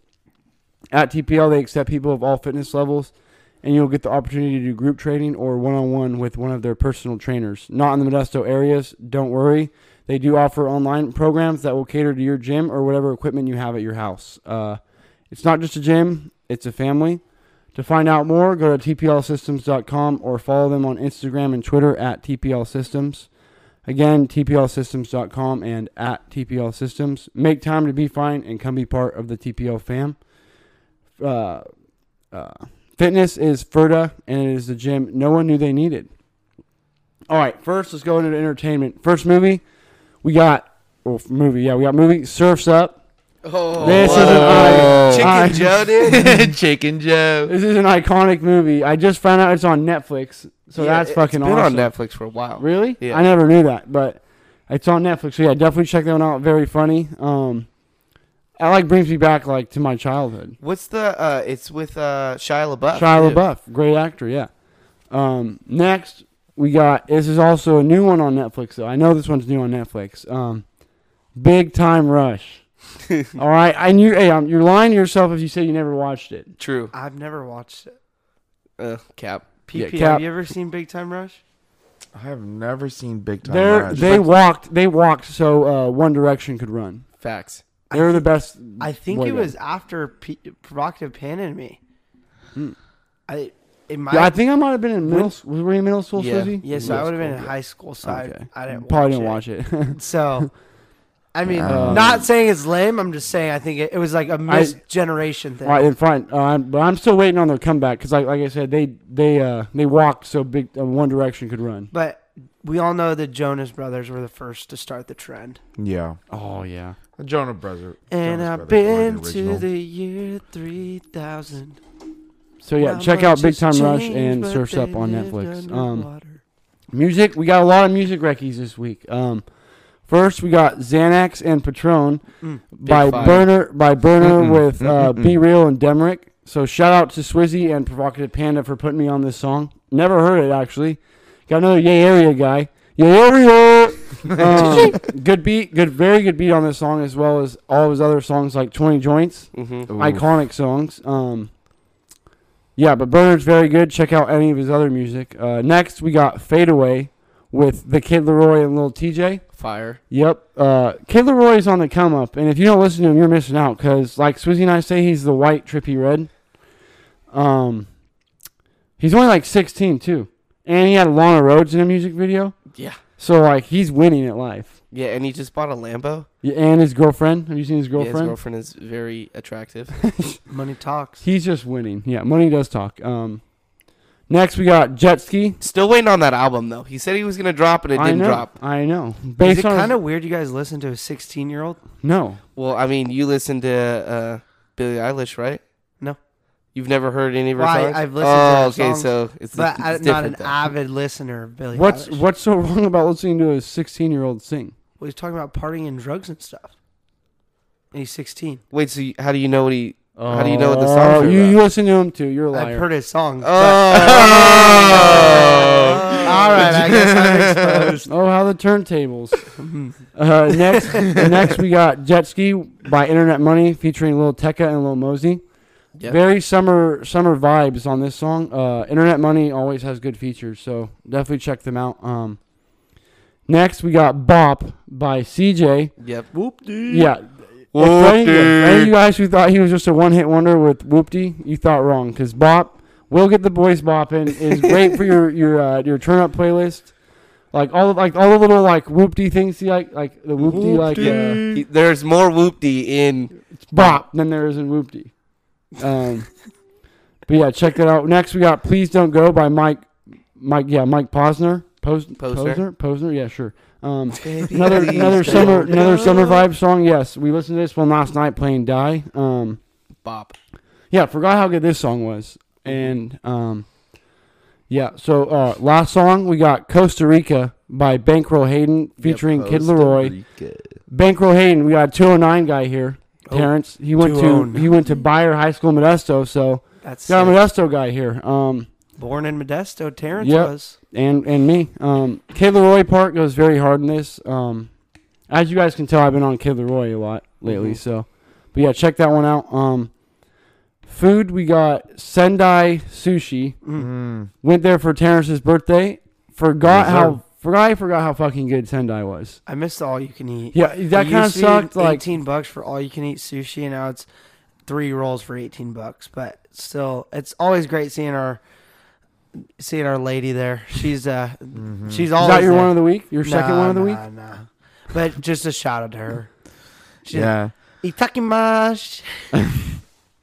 B: At TPL, they accept people of all fitness levels, and you'll get the opportunity to do group training or one on one with one of their personal trainers. Not in the Modesto areas, don't worry. They do offer online programs that will cater to your gym or whatever equipment you have at your house. Uh, it's not just a gym, it's a family. To find out more, go to tplsystems.com or follow them on Instagram and Twitter at tplsystems. Again, tplsystems.com and at tplsystems. Make time to be fine and come be part of the TPL fam. Uh, uh, fitness is FERDA, and it is the gym no one knew they needed. All right, first let's go into entertainment. First movie, we got well, f- movie. Yeah, we got movie Surfs Up.
D: Oh,
B: This is an I-
C: Whoa.
D: Chicken
B: I-
D: Joe, dude.
C: Chicken Joe.
B: This is an iconic movie. I just found out it's on Netflix, so
D: Yeah,
B: that's fucking
D: it's been
B: awesome.
D: on Netflix for a while.
B: Really?
D: Yeah.
B: I never knew that, but it's on Netflix. So yeah, definitely check that one out. Very funny. Um, it like brings me back like to my childhood.
D: What's the? uh It's with uh Shia LaBeouf.
B: Shia
D: too.
B: LaBeouf, great actor. Yeah. Um, next we got this is also a new one on Netflix though. I know this one's new on Netflix. Um, Big Time Rush. All right, I knew. Hey, um, you're lying to yourself if you say you never watched it.
D: True.
A: I've never watched it.
D: Uh, cap.
A: PP,
B: Cap-
A: have you ever seen Big Time Rush?
C: I have never seen Big Time
B: They're,
C: Rush.
B: they walked. They walked so uh, One Direction could run.
D: Facts.
B: They were the best.
A: I think
B: boy
A: it
B: band.
A: was after P- Provocative Pan and me. I it might.
B: Hmm. Yeah, I think I might have been in middle. s- Was we in middle school,
D: Yeah.
B: Susie?
A: yeah, so I would have been in
B: Yeah.
A: high school, so I-
B: Okay.
A: I, didn't
B: Probably
A: watch
B: didn't
A: it.
B: watch it.
A: So, I mean,
C: Um,
A: not saying it's lame. I'm just saying I think it, it was like a missed generation thing.
B: All right, then fine. Uh, I'm, but I'm still waiting on their comeback because, like, like I said, they they uh, they walked so big uh, One Direction could run.
A: But we all know the Jonas Brothers were the first to start the trend.
C: yeah.
B: Oh yeah,
C: The Jonah Brother.
A: And
C: Jonas
A: I've
C: Brothers were
A: been to
C: original.
A: the year 3000.
B: so yeah,
A: Not
B: check out
A: much
B: Big
A: has
B: Time Rush
A: changed,
B: and
A: but
B: Surfs Up
A: they
B: on
A: lived
B: Netflix. Um,
A: underwater.
B: music, we got a lot of music recies this week. Um, first we got Xanax and Patron
A: Mm.
B: by
D: five.
B: Burner by Burner
C: Mm-mm.
B: with uh,
C: Mm-mm-mm.
B: Be Real and Demrick. So shout out to Swizzy and Provocative Panda for putting me on this song. Never heard it actually. Got another Yay Area guy. Yay Area. um, good beat, good, very good beat on this song as well as all his other songs like Twenty Joints
D: hmm
C: Ooh.
B: iconic songs. Um, yeah, but Bernard's very good. Check out any of his other music. Uh, next, we got Fade Away with the Kid Leroy and Little TJ.
D: Fire.
B: Yep, uh, Kid Leroy's on the come up, and if you don't listen to him, you're missing out. Cause like Swizzy and I say, he's the white trippy red. Um, he's only like 16 too, and he had Lana Rhodes in a music video,
D: Yeah.
B: so like he's winning at life.
D: Yeah, and he just bought a Lambo.
B: Yeah, and his girlfriend. Have you seen his girlfriend?
D: Yeah, his girlfriend is very attractive.
A: Money talks.
B: He's just winning. Yeah, money does talk. Um, next we got Jet Ski.
D: Still waiting on that album though. He said he was gonna drop and it
B: I
D: didn't
B: know.
D: drop.
B: I know.
A: Is
B: Based
A: it
B: on
A: kind of weird you guys listen to a 16 year old?
B: no,
D: Well, I mean, you listen to uh, Billie Eilish, right?
A: No.
D: You've never heard any of her
A: Well, I-
D: songs. Oh,
A: I've listened to her
D: okay,
A: songs,
D: so it's,
A: But
D: it's
A: I'm not
D: different.
A: an
D: though.
A: avid listener of Billy.
B: what's what's so wrong about listening to a 16 year old sing?
A: Well, he's talking about partying and drugs and stuff. And he's 16.
D: Wait, so you, how do you know what he? how do you know what the songs
B: Oh,
D: are
B: you,
D: about?
B: you listen to him too. You're a liar. Uh,
A: I've heard his songs.
D: Oh.
A: All right, I guess I'm exposed.
B: Oh, how the turntables. uh, next, next we got Jet Ski by Internet Money featuring Lil Tecca and Lil Mosey.
D: Yep.
B: Very summer summer vibes on this song. Uh, Internet Money always has good features, so definitely check them out. Um, next we got Bop by CJ.
D: Yep.
B: Yeah. If for any- for any of you guys who thought he was just a one hit wonder with Whoopty, you thought wrong because Bop will get the boys bopping is great for your your uh, your turn up playlist. Like all of, like all the little like Whoopty things, you like like the Whoopty like uh,
D: He- there's more whoopty in.
B: Bop than there is in Whoopty. Um, but yeah, check that out. Next we got Please Don't Go by Mike Mike yeah Mike Posner Pos- Posner
D: Posner.
B: Posner yeah sure. Um, another another summer another summer vibe song. Yes, we listened to this one last night playing Die. Um,
D: Bop.
B: yeah, forgot how good this song was.
A: Mm-hmm.
B: And um, yeah, so uh, last song we got Costa Rica by Bankroll Hayden featuring Kid Leroy. Bankroll Hayden, we got a 209 guy here.
A: Oh,
B: Terrence, he went to
A: 209.
B: he went to Byer High School Modesto, so
A: That's
B: got a
A: sick.
B: Modesto guy here. Um,
A: born in Modesto. Terrence
B: Yep.
A: was.
B: and and me. Um, Kid Leroy part goes very hard in this. Um, as you guys can tell, I've been on Kid Leroy a lot lately.
C: Mm-hmm.
D: Mhm.
B: So, but yeah, check that one out. Um, food we got Sendai Sushi.
C: Mm.
B: Went there for Terrence's birthday. Forgot
C: Yes,
B: how
C: sir.
B: forgot I forgot how fucking good Sendai was.
A: I missed all you can eat.
B: Yeah, that
A: It
B: kind of
A: used to be
B: sucked. Like
A: eighteen bucks for all you can eat sushi, and now it's three rolls for eighteen bucks. But still, it's always great seeing our seeing our lady there. She's uh, she's
B: is
A: always
B: that your
A: there.
B: one of the week? Your second one of the week?
A: Nah, nah. But just a shout out to her. She, yeah.
C: Yeah.
A: Itakimash.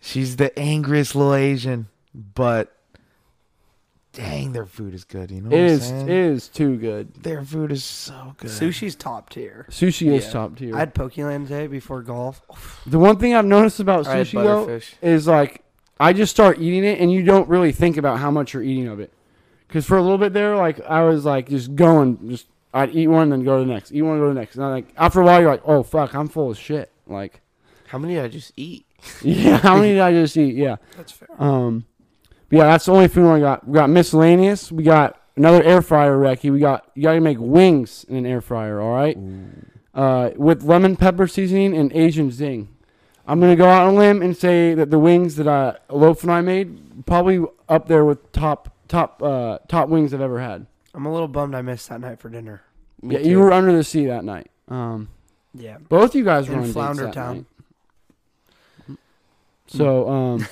C: She's the angriest little Asian, but dang, their food is good. You know,
B: It
C: what I'm
B: is
C: saying?
B: it is too good.
C: their food is so good.
A: Sushi's top tier.
B: Sushi is
D: Yeah.
B: top tier.
A: I had Pokeland today before golf.
B: the one thing I've noticed about
D: I had
B: sushi though
D: butterfish.
B: is like I just start eating it and you don't really think about how much you're eating of it. Cause for a little bit there, like I was like just going, just I'd eat one then go to the next, eat one go to the next, and I like after a while you're like, oh fuck, I'm full of shit. Like,
D: How many did I just eat?
B: yeah, how many did I just eat? Yeah.
A: That's fair.
B: Um, but yeah, that's the only food I got. We got miscellaneous. We got another air fryer, Recky. We got you gotta make wings in an air fryer. All right, uh, with lemon pepper seasoning and Asian zing. I'm gonna go out on a limb and say that the wings that I loaf and I made probably up there with top top uh, top wings I've ever had.
A: I'm a little bummed I missed that night for dinner.
D: Me
B: yeah, you
D: too.
B: were under the sea that night. Um,
A: Yeah.
B: both you guys were
A: In
B: on dates
A: Flounder
B: that
A: Town.
B: night. So um,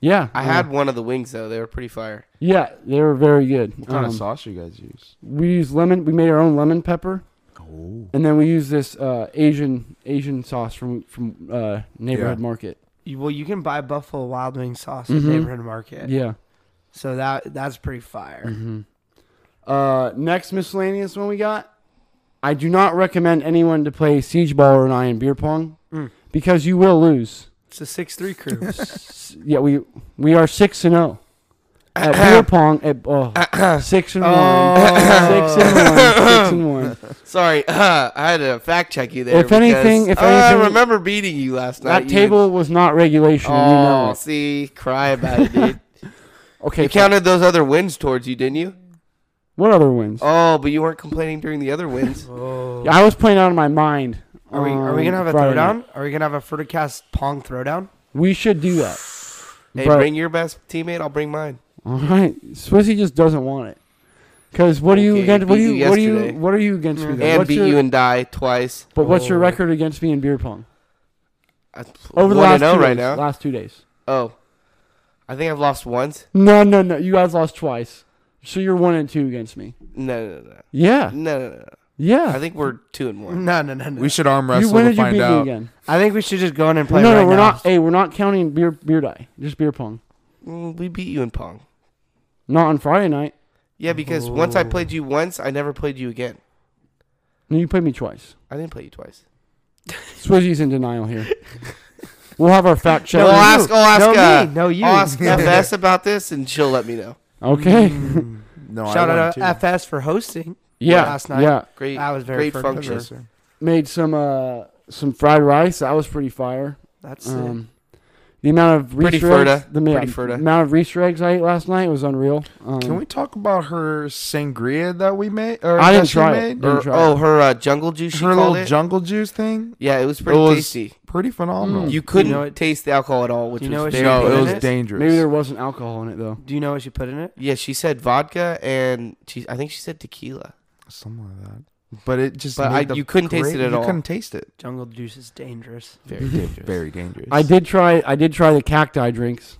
B: yeah,
D: I
B: uh,
D: had one of the wings though. They were pretty fire.
B: yeah, they were very good.
C: What kind
B: Um,
C: of sauce you guys use?
B: we use lemon. We made our own lemon pepper,
C: Oh,
B: and then we use this uh, Asian Asian sauce from from uh, neighborhood
C: Yeah.
B: market.
A: You, well, you can buy Buffalo Wild Wing sauce
B: Mhm.
A: at Neighborhood Market.
B: Yeah. Mm-hmm.
A: So that that's pretty fire.
B: Uh, next miscellaneous one we got. I do not recommend anyone to play siege ball or an iron beer pong
A: Mm.
B: because you will lose.
A: It's a six three crew.
B: S- yeah, we we are six and zero at beer pong at oh, six and one, six and one, six and one.
D: Sorry, I had to fact check you there.
B: If anything-
D: because oh,
B: if
D: I
B: anything-
D: remember beating you last night.
B: That
D: you-
B: table was not regulation. and you know
D: Oh,
B: it.
D: see, cry about it, dude.
B: Okay,
D: you
B: fine.
D: counted those other wins towards you, didn't you?
B: what other wins?
D: Oh, but you weren't complaining during the other wins.
A: oh.
B: Yeah, I was playing out of my mind.
A: Are we are we
B: on
A: gonna have a
B: Friday night.
A: throwdown? Are we gonna have a Fruitcast Pong throwdown?
B: We should do that.
D: hey,
B: But-
D: bring your best teammate. I'll bring mine.
B: all right, Swissy just doesn't want it. Cause what are you
D: Okay,
B: against? What are
D: beat
B: you?
D: you
B: What are you?
D: yesterday.
B: What are you against me?
A: Mm.
B: though?
D: And
B: What's
D: beat
B: your,
D: you and die twice.
B: But what's your
A: Oh.
B: record against me in beer pong
D: I-
B: over the
D: one
B: last
D: and oh
B: two
D: right
B: days,
D: now.
B: Last two days.
D: Oh, I think I've lost once.
B: No, no, no. You guys lost twice, so you're one and two against me.
D: No, no, no, no,
B: Yeah,
D: no, no, no. no. I
B: yeah.
D: think we're two and one.
A: No, no, no, no.
C: we should arm
B: You
C: wrestle
B: when
C: to
B: did you
C: find
B: beat me
C: out.
B: again?
A: I think we should just go in and
B: No,
A: play.
B: no,
A: right
B: we're
A: now.
B: not. Hey, we're not counting beer beer die. Just beer pong.
D: Mm, we beat you in pong.
B: Not on Friday night.
D: Yeah, because once I
A: Oh.
D: played you once, I never played you again.
B: No, you played me twice.
D: I didn't play you twice.
B: Swizzy's in denial here. we'll have our fact check.
D: No, I'll ask, I'll ask,
A: No,
D: uh,
A: me. No, you.
D: I'll ask FS about this, and she'll let me know.
B: Okay.
A: Mm,
C: No,
A: Shout
C: I
A: out to
C: won
A: FS for hosting.
B: Yeah.
A: Last night.
B: Yeah.
D: Great,
A: That was very
D: great
A: fun.
C: too.
D: function.
C: Sure.
B: Made some uh some fried rice. That was pretty fire.
A: That's it.
B: Um the amount of
D: Pretty
B: Reese's eggs-
D: furta.
B: the ma-
D: Pretty furta.
B: amount of Reese's eggs I ate last night was unreal. Um,
C: Can we talk about her sangria that we made? Or
B: I
C: that
B: didn't
C: she
B: try it.
C: made?
B: Didn't
D: Or-
B: try it.
D: oh, her uh, jungle juice. She
C: Her
D: called
C: little
D: it.
C: jungle juice thing,
D: yeah, it was pretty
C: It was-
D: tasty.
C: pretty phenomenal.
B: Mm.
D: You couldn't
A: know what-
D: taste the alcohol at all, which
A: Do you
D: was
A: know what
D: very
A: she
C: no,
A: put
C: it
A: in
C: was
A: it?
C: dangerous.
B: Maybe there wasn't alcohol in it though.
A: Do you know what she put in it?
D: Yeah, she said vodka, and she I think she said tequila.
C: something like that. But it just
D: But
C: made
D: I-
C: the
D: you couldn't taste
C: great-
D: it at
C: you
D: all.
C: Couldn't taste it.
A: Jungle juice is dangerous.
D: Very dangerous.
C: Very dangerous.
B: I did try I did try the cacti drinks.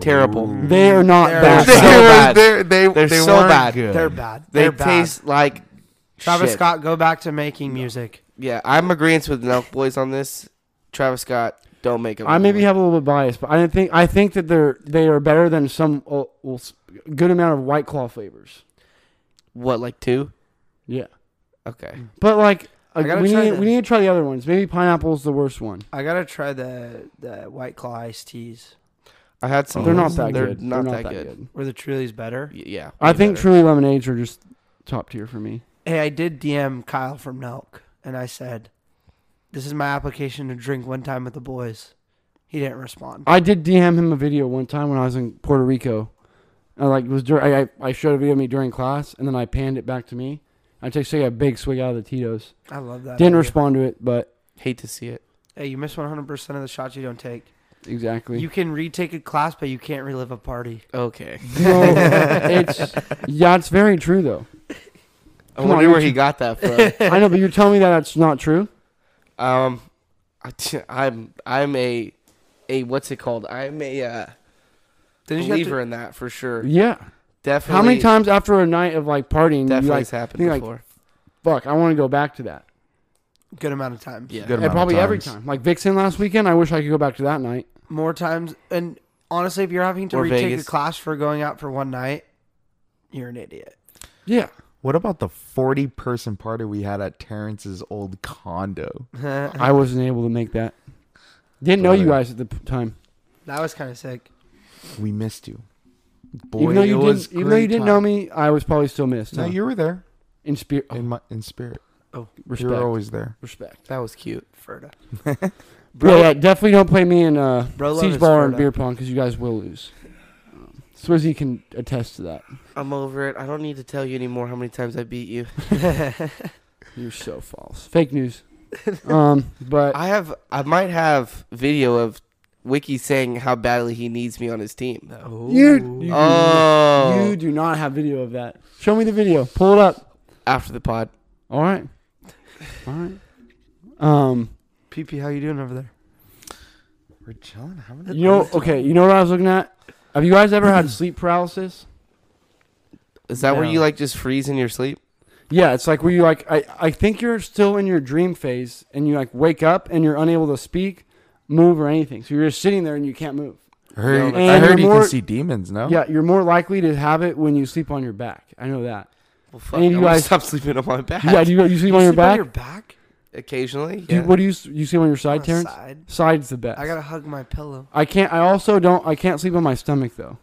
D: Terrible.
C: Ooh.
B: They are not
A: They're
B: that
C: They
D: so
B: bad.
C: were-
D: bad.
C: They're, they,
D: They're
C: they
D: so
C: weren't
D: bad.
C: Good.
A: They're bad.
D: They
A: They're bad.
D: taste like
A: Travis
D: shit.
A: Scott, go back to making music.
D: Yeah, I'm agreeing with Nelk Boys on this. Travis Scott, don't make him.
B: I maybe have a little bit bias, but I think I think that they're they are better than some uh, well, s- good amount of white claw flavors.
D: what like two.
B: Yeah.
D: Okay,
B: But like,
A: I
B: uh,
A: gotta
B: we
A: try
B: need
A: this.
B: we need to try the other ones. Maybe pineapple's the worst one.
A: I gotta try the the White Claw iced teas.
D: I had some.
B: They're
D: of
B: not
D: those.
B: that
D: Oh, They're
B: good.
D: Not that, good.
A: Were the Truly's better?
D: Y- Yeah,
B: I
D: way
B: think
D: better.
B: truly lemonades are just top tier for me.
A: Hey, I did DM Kyle from Nelk, and I said, "This is my application to drink one time with the boys." He didn't respond.
B: I did DM him a video one time when I was in Puerto Rico. I like was dur- I, I I showed a video of me during class, and then I panned it back to me. I took say a big swig out of the Tito's.
A: I love that.
B: Didn't
A: idea.
B: respond to it, but
D: hate to see it.
A: Hey, you miss 100% of the shots you don't take.
B: exactly.
A: You can retake a class, but you can't relive a party.
D: Okay,
B: No, it's yeah, it's very true though.
D: I
B: Come
D: wonder
B: on,
D: where
B: you-
D: he got that from.
B: I know, but you're telling me that that's not true.
D: Um, I t- I'm I'm a a what's it called? I'm a uh,
A: Didn't you have
D: believer in that for sure.
B: Yeah.
D: Definitely.
B: How many times after a night of like partying, you
D: Definitely
B: like
D: has happened
B: think, like,
D: before.
B: fuck, I want to go back to that.
A: Good amount of times.
D: yeah.
C: Good
B: And
C: amount
B: probably
C: of
B: every
C: times.
B: time. Like Vixen last weekend, I wish I could go back to that night.
A: More times. And honestly, if you're having to
D: Or
A: retake
D: Vegas.
A: a class for going out for one night, you're an idiot.
B: Yeah.
C: What about the 40 person party we had at Terrence's old condo?
A: that
B: I wasn't able to make that. Didn't know you
C: Brother.
B: guys at the p- time.
A: was kind of sick.
C: We missed you. Boy,
B: even though you
C: it was
B: didn't, even though
C: great
B: you didn't
C: time.
B: know me, I was probably still missed.
C: No,
B: huh?
C: you were there
B: in spirit. Oh,
C: in my in spirit.
B: respect.
C: You were always there.
B: respect.
D: That was cute.
A: Ferda.
B: Bro, yeah, definitely don't play me in uh,
A: Bro, love
B: siege
A: is
B: bar and
A: Florida.
B: beer pong because you guys will lose. Um, Swizzy can attest to that.
D: I'm over it. I don't need to tell you anymore how many times I beat you.
B: You're so false. Fake news. Um, but
D: I have. I might have video of Wiki saying how badly he needs me on his team.
A: No.
B: you, you,
D: Oh,
B: you do not have video of that. Show me the video. Pull it up.
D: after the pod.
B: All right. All right. Um,
A: PP, how you doing over there?
C: We're chilling, having
B: you know, okay. You know what I was looking at? Have you guys ever had sleep paralysis?
D: Is that where
A: No.
D: you like just freeze in your sleep?
B: Yeah, it's like where you like I, I think you're still in your dream phase and you like wake up and you're unable to speak, move or anything. So you're just sitting there and you can't move.
C: I heard,
B: And
C: I heard
B: you're
C: you
B: more-
C: can see demons, no?
B: Yeah, you're more likely to have it when you sleep on your back. I know that.
D: Well, fuck.
B: Any of
D: I'm
B: you
D: gonna
B: guys-
D: stop sleeping on my back.
B: Yeah, do you, you sleep on
A: You
B: your
A: sleep
B: back?
A: your back?
D: Occasionally.
B: Do you-
D: yeah.
B: what do you s- you sleep on your
A: On
B: side,
A: the
B: Terrence?
A: side.
B: Side's the best.
A: I gotta hug my pillow.
B: I can't. I also don't. I can't sleep on my stomach though.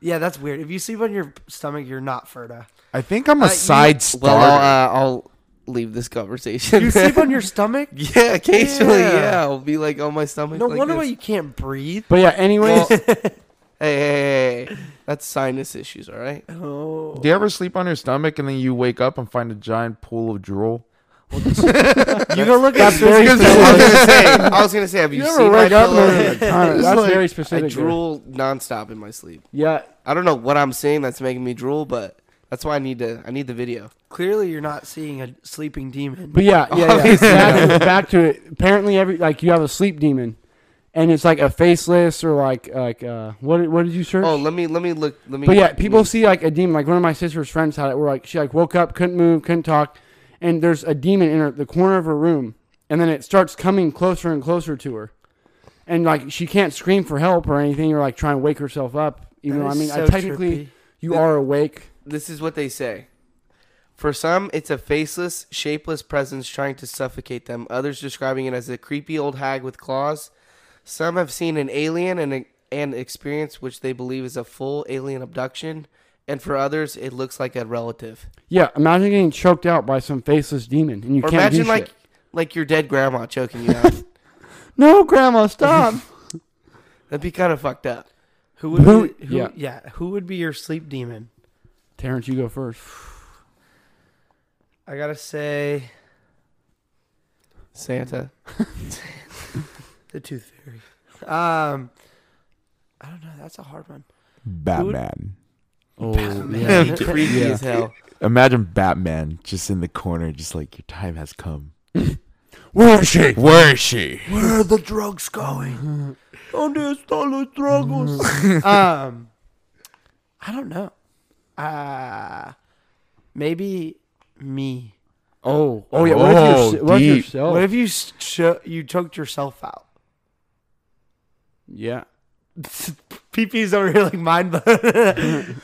A: Yeah, that's weird. If you sleep on your stomach, you're not Ferda.
C: I think I'm a
A: Uh, you-
C: side
D: well,
C: star.
D: I'll, uh, I'll leave this conversation.
A: You sleep on your stomach?
D: yeah, occasionally.
A: Yeah.
D: Yeah. I'll be like on my stomach.
A: No
D: like
A: wonder
D: this.
A: why you can't breathe.
B: But yeah. Anyways,
D: Well, hey, hey, hey, hey, that's sinus issues. All right.
B: uh,
A: Oh.
C: Do you ever sleep on your stomach and then you wake up and find a giant pool of drool?
A: You go look at
B: that's very
D: I was
B: specific.
D: gonna say. I was gonna say. Have you,
B: You ever
D: seen my
B: wake up?
D: pillow?
B: and- That's
C: like,
B: very
D: I
B: specific. there.
D: drool nonstop in my sleep.
B: Yeah.
D: I don't know what I'm seeing that's making me drool, but that's why I need to. I need the video.
A: Clearly, you're not seeing a sleeping demon.
B: But yeah, yeah, yeah.
D: Obviously.
B: back, back to it. Apparently, every like you have a sleep demon, and it's like a faceless or like like uh what did- what did you search?
D: Oh, let me let me look. Let me.
B: but yeah, people see like a demon. Like one of my sister's friends had it. Where like she like woke up, couldn't move, couldn't talk, and there's a demon in her, the corner of her room, and then it starts coming closer and closer to her, and like she can't scream for help or anything or like try and wake herself up. You
A: That
B: know, I
A: is
B: mean, I
A: so
B: technically
A: trippy.
B: you are awake.
D: This is what they say. For some, it's a faceless, shapeless presence trying to suffocate them. Others describing it as a creepy old hag with claws. Some have seen an alien and an experience which they believe is a full alien abduction, and for others, it looks like a relative.
B: Yeah, imagine getting choked out by some faceless demon, and you
D: Or
B: can't
D: imagine
B: do
D: like
B: shit.
D: like your dead grandma choking you out.
B: No, grandma, stop.
D: That'd be kind of fucked up.
A: Who would?
B: Who-
A: be, who
B: yeah.
A: yeah. Who would be your sleep demon?
B: Terrence, you go first.
A: I gotta say
D: Santa.
A: the Tooth Fairy. Um, I don't know. That's a hard one.
C: Batman.
B: Oh,
A: yeah.
D: Be creepy
B: Yeah.
D: as hell.
C: Imagine Batman just in the corner, just like your time has come.
B: Where is she?
C: Where is she?
A: Where are the drugs going? Donde están los drogos? um, I don't know. Uh, maybe me.
B: Oh, oh yeah. What if you're,
C: Oh,
B: what if you're
C: deep.
B: self?
A: What if you s- cho- you choked yourself out?
B: yeah.
A: PP's over here like mind blown.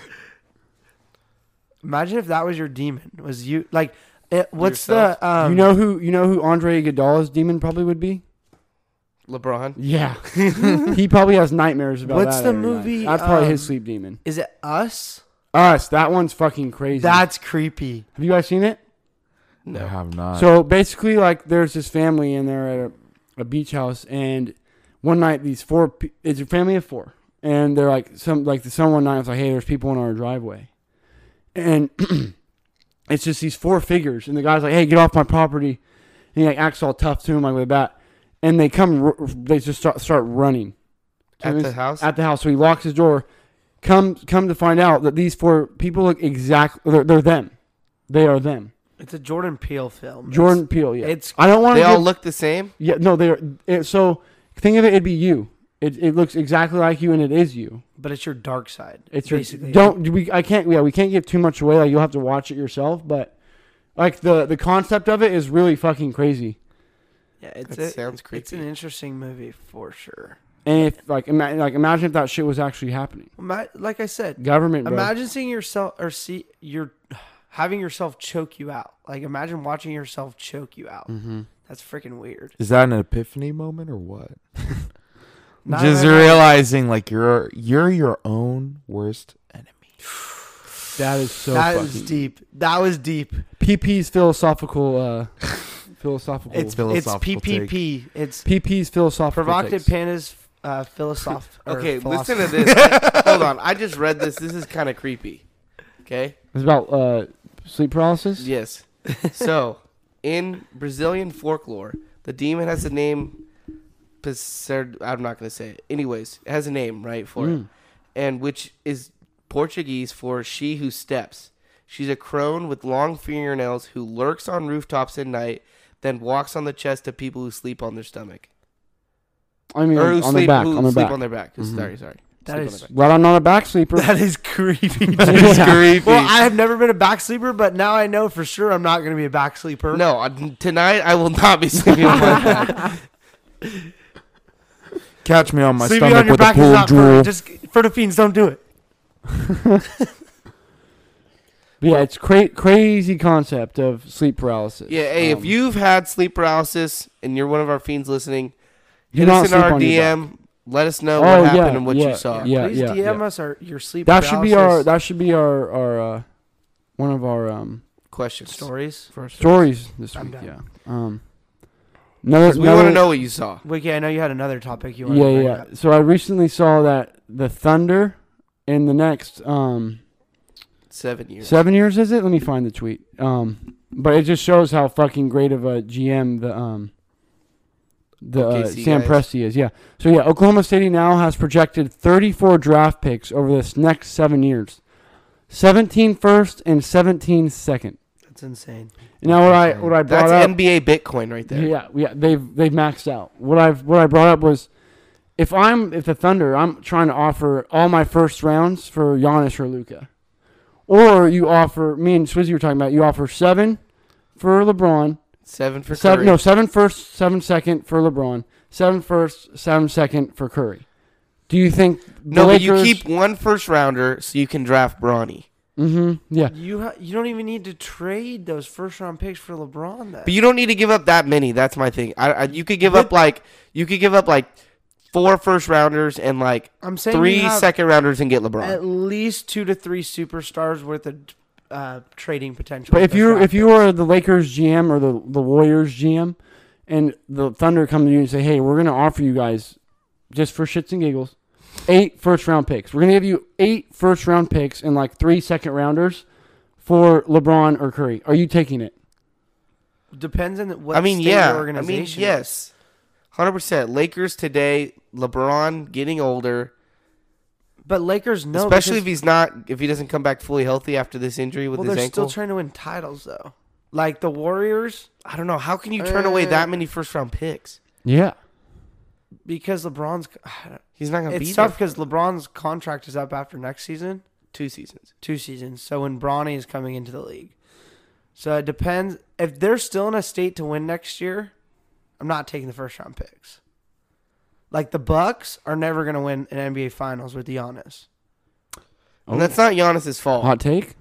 A: Imagine if that was your demon. Was you like? It, what's
D: Yourself?
A: the um,
B: you know who? You know who Andre Iguodala's demon probably would be?
D: LeBron.
B: Yeah. he probably has nightmares about
A: What's
B: that
A: the
B: every night.
A: movie,
B: That's probably his
A: um,
B: sleep demon.
A: Is it us?
B: Us. That one's fucking crazy.
A: That's creepy.
B: Have you guys seen it?
C: I
D: No.
C: have not.
B: So basically, like, there's this family and they're at a, a beach house, and one night these four pe- it's a family of four, and they're like some like the son one night was like, hey, there's people in our driveway, and it's just these four figures, and the guy's like, hey, get off my property, and he like acts all tough to him like with a bat, and they come, ru- they just start start running to
D: At
B: his-
D: the house.
B: at the house. So he locks his door. Come come to find out that these four people look exactly they're, they're them, they are them.
A: It's a Jordan Peele film.
B: Jordan Peele, yeah.
A: it's-
B: I don't want
D: they
B: to
D: all
B: give
D: look the same.
B: yeah, no, they're it, so. Think of it; it'd be you. It, it looks exactly like you, and it is you.
A: It's- but it's your dark side.
B: It's your
A: basically.
B: don't we? I can't. Yeah, we can't give too much away. Like you'll have to watch it yourself. But like the the concept of it is really fucking crazy.
A: Yeah, it's
D: That
A: a,
D: sounds
A: It's an
D: creepy.
A: interesting movie for sure.
B: And if like ima- like imagine if that shit was actually happening.
A: Ima- Like I said,
B: Government, bro.
A: imagine seeing yourself or see your having yourself choke you out. Like imagine watching yourself choke you out.
B: Mm-hmm.
A: That's freaking weird.
C: Is that an epiphany moment or what?
A: Not
C: Just
A: right now.
C: realizing like you're you're your own worst enemy.
B: that is so.
A: That
B: fucking,
A: was deep. That was deep.
B: PP's philosophical. Uh, philosophical.
A: It's it's
C: Philosophical
A: PPP. It's
B: PP's philosophical.
A: provocative
B: takes.
A: pandas. Uh, philosoph. or
D: Okay, listen
A: philosophy.
D: to this. Hold on, I just read this. This is kind of creepy. Okay.
B: It's about uh, sleep paralysis.
D: Yes. So, in Brazilian folklore, the demon has a name. Pisard- I'm not going to say it. Anyways, it has a name, right, for
B: Mm.
D: it. And which is Portuguese for she who steps. She's a crone with long fingernails who lurks on rooftops at night, then walks on the chest of people who sleep on their stomach.
B: I mean,
D: Or who
B: Mm, on
D: sleep,
B: the back,
D: who
B: on the
D: sleep
B: back. Mm-hmm.
D: on their back. Sorry, sorry.
A: That
D: Sleep on
A: is-
D: their back.
B: well, I'm not a back sleeper.
A: That is creepy. dude.
C: It's
B: Yeah.
C: creepy.
A: Well, I have never been a back sleeper, but now I know for sure I'm not going to be a back sleeper.
D: No, I- tonight I will not be sleeping on my back.
C: Catch me on my
A: sleeping
C: stomach
A: on your
C: with a
A: back is
C: pool
A: not for,
C: jewel.
A: just for the fiends. Don't do it.
B: But yeah, it's cra- crazy concept of sleep paralysis.
D: Yeah, hey,
B: Um,
D: if you've had sleep paralysis and you're one of our fiends listening,
B: do
D: hit
B: not
D: us in
B: sleep
D: our
B: on your back.
D: DM. Let us know
B: Oh,
D: what happened
B: yeah,
D: and what
B: yeah,
D: you saw.
B: yeah.
A: Please DM us our, your sleep.
B: That should be our.
A: paralysis
B: That should be our. Our. Uh, one of our um,
D: Question story.
A: stories.
B: stories this
A: I'm
B: week.
A: done.
B: Yeah. Um. Another.
D: We
B: another-
D: want to know what you saw.
A: Wiki, I know you had another topic you wanted
B: Yeah,
A: to bring
B: yeah.
A: up.
B: So I recently saw that the Thunder, in the next um
D: Seven years.
B: seven years is it? Let me find the tweet. Um, but it just shows how fucking great of a GM the um the uh,
D: OKC
B: Sam
D: guys.
B: Presti is. Yeah. So yeah, Oklahoma City now has projected 34 draft picks over this next seven years, 17 first and 17 second.
A: That's insane.
B: Now what I what I brought
D: That's
B: up
D: NBA Bitcoin right there.
B: yeah, yeah, they've they've maxed out. What I've what I brought up was if I'm if the Thunder, I'm trying to offer all my first rounds for Giannis or Luca, or you offer me and Swizzy were talking about you offer seven for LeBron,
D: Seven for
B: seven
D: Curry.
B: no seven first, seven second for LeBron, seven first, seven second for Curry. Do you think the
D: No, but you
B: Lakers,
D: keep one first rounder so you can draft Bronny.
B: Mm-hmm. Yeah,
A: You ha- you don't even need to trade those first round picks for LeBron. Then
D: But you don't need to give up that many. That's my thing. I, I you could give up like you could give up like four first rounders and like
A: I'm saying
D: three
A: you
D: second
A: have
D: rounders and get LeBron.
A: at least two to three superstars worth of uh, trading potential.
B: but
A: in
B: if
A: those
B: you
A: draft
B: if you are the Lakers GM or the the Warriors GM, and the Thunder come to you and say, "Hey, we're going to offer you guys just for shits and giggles, eight first round picks. We're going to give you eight first round picks and like three second rounders for LeBron or Curry. Are you taking it?
A: picks. depends on what.
D: I mean,
A: state
D: yeah.
A: Your
D: I mean,
A: organization is.
D: yes. 100%. Lakers today, LeBron getting older,
A: But Lakers know
D: especially
A: because-
D: if he's not if he doesn't come back fully healthy after this injury with
A: well,
D: his
A: they're
D: ankle.
A: still trying to win titles though. Like the Warriors,
D: I don't know, how can you turn away that
A: Uh,
D: many first round picks?
B: Yeah,
A: because LeBron's.
D: He's not going to be
A: It's
D: there
A: tough
D: for
A: because LeBron's contract is up after next season,
D: two seasons.
A: two seasons. So when Bronny is coming into the league, so it depends if they're still in a state to win next year. I'm not taking the first round picks. Like the Bucks are never going to win an NBA Finals with Giannis.
B: Oh.
D: And that's not Giannis's fault.
B: hot take.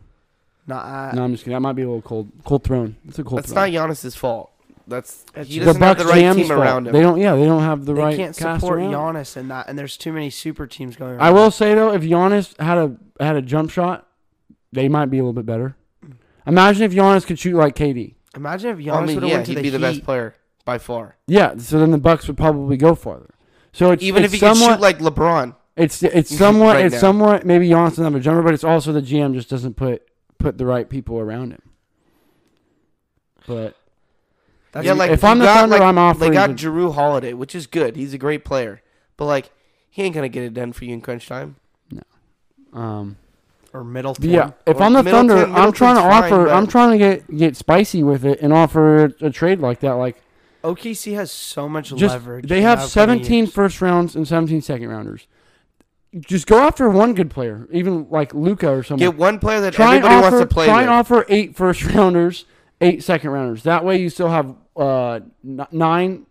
A: Not uh, I
B: No, I'm just kidding. That might be a little cold. Cold thrown. It's a cold.
D: that's not
B: thrown.
D: Giannis's fault. That's
A: It's-
D: he doesn't have the right team around him.
B: They don't. Yeah, they don't have the
A: they
B: right.
A: can't
B: cast
A: support
B: around.
A: Giannis in that, and there's too many super teams going. Around.
B: I will say though, if Giannis had a had a jump shot, they might be a little bit better. Imagine if Giannis could shoot like KD.
A: imagine if Giannis
D: I mean,
A: would have
D: yeah,
A: went to
D: he'd
A: the
D: be the best
A: Heat.
D: player by far.
B: Yeah, so then the Bucks would probably go farther. So it's
D: Even
B: it's
D: if he
B: somewhat,
D: could shoot like LeBron.
B: it's it's somewhat
D: Right
B: it's
D: now.
B: somewhat maybe Giannis doesn't have a jumper, but it's also the GM just doesn't put put the right people around him. But
A: That's
D: yeah, like
B: if
D: you
B: I'm the
D: got,
B: Thunder,
D: like,
B: I'm offering
D: They got
B: to-
D: Drew Holiday, which is good. He's a great player, but like he ain't gonna get it done for you in crunch time.
B: um
A: or Middleton.
B: but yeah, if
D: Or
B: I'm the
D: Middleton-
B: Thunder, I'm trying to
D: Middleton's fine,
B: offer
D: but-
B: I'm trying to get get spicy with it and offer a, a trade like that like
A: OKC has so much
B: just
A: leverage.
B: they
A: in
B: have
A: the upcoming
B: 17
A: years.
B: first rounds and 17 second rounders. Just go after one good player, even like Luca or someone.
D: Get one player that
B: try and
D: everybody
B: offer,
D: wants to play
B: try
D: with.
B: and offer eight first rounders, eight second rounders. That way you still have uh, n- nine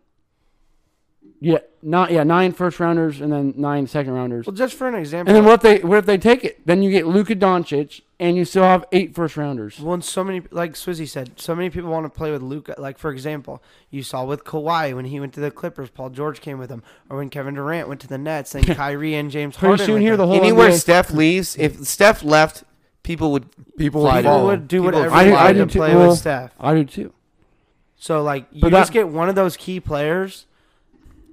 B: Yeah, not yeah, nine first rounders and then nine second rounders.
A: Well, just for an example,
B: And then what if they what if they take it? Then you get Luka Doncic and you still have eight first rounders.
A: Well, and so many, like Swizzy said, so many people want to play with Luca. Like for example, you saw with Kawhi when he went to the Clippers, Paul George came with him, or when Kevin Durant went to the Nets, then Kyrie and James
B: Pretty
A: Harden.
B: soon
A: went
B: here the
A: there.
B: whole
D: Anywhere
B: NBA
D: Steph leaves, if Steph left, people would
C: People
D: Fly
C: would
D: to-
A: people
C: follow.
A: would do
D: People
A: whatever
D: fly
A: they
D: to
A: wanted
D: him.
A: to play
B: Well,
A: with Steph.
B: I do too.
A: So like, you
B: But
A: just
B: that-
A: get one of those key players,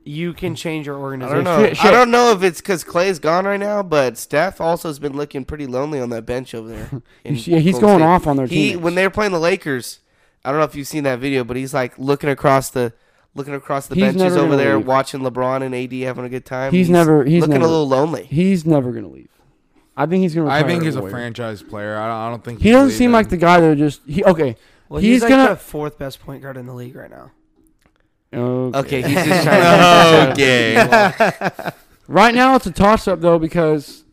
A: you can change your
D: I don't
A: organization.
D: know.
B: Shit, shit.
D: I don't know if it's because Clay's gone right now, but Steph also has been looking pretty lonely on that bench over there. in
B: see- yeah, he's
D: Golden
B: going off on their
D: He
B: teammates.
D: when they were playing the Lakers, I don't know if you've seen that video, but he's like looking across the looking across the
B: He's
D: benches
B: never
D: over
B: gonna
D: there,
B: leave.
D: watching LeBron and AD having a good time.
B: He's never- he's
D: looking
B: never-
D: a little lonely.
B: He's never gonna leave. I think he's gonna.
C: I
B: Retire
C: think he's
B: as
C: a
B: Warrior.
C: franchise player. I don't, I don't think
B: He
C: he's
B: doesn't seem
C: leaving.
B: like the guy that just he okay.
A: Well, he's,
B: he's,
A: like the
B: gonna
A: fourth best point guard in the league right now.
B: okay.
D: Okay, he's just trying to
C: Okay.
B: Right now it's a toss up though because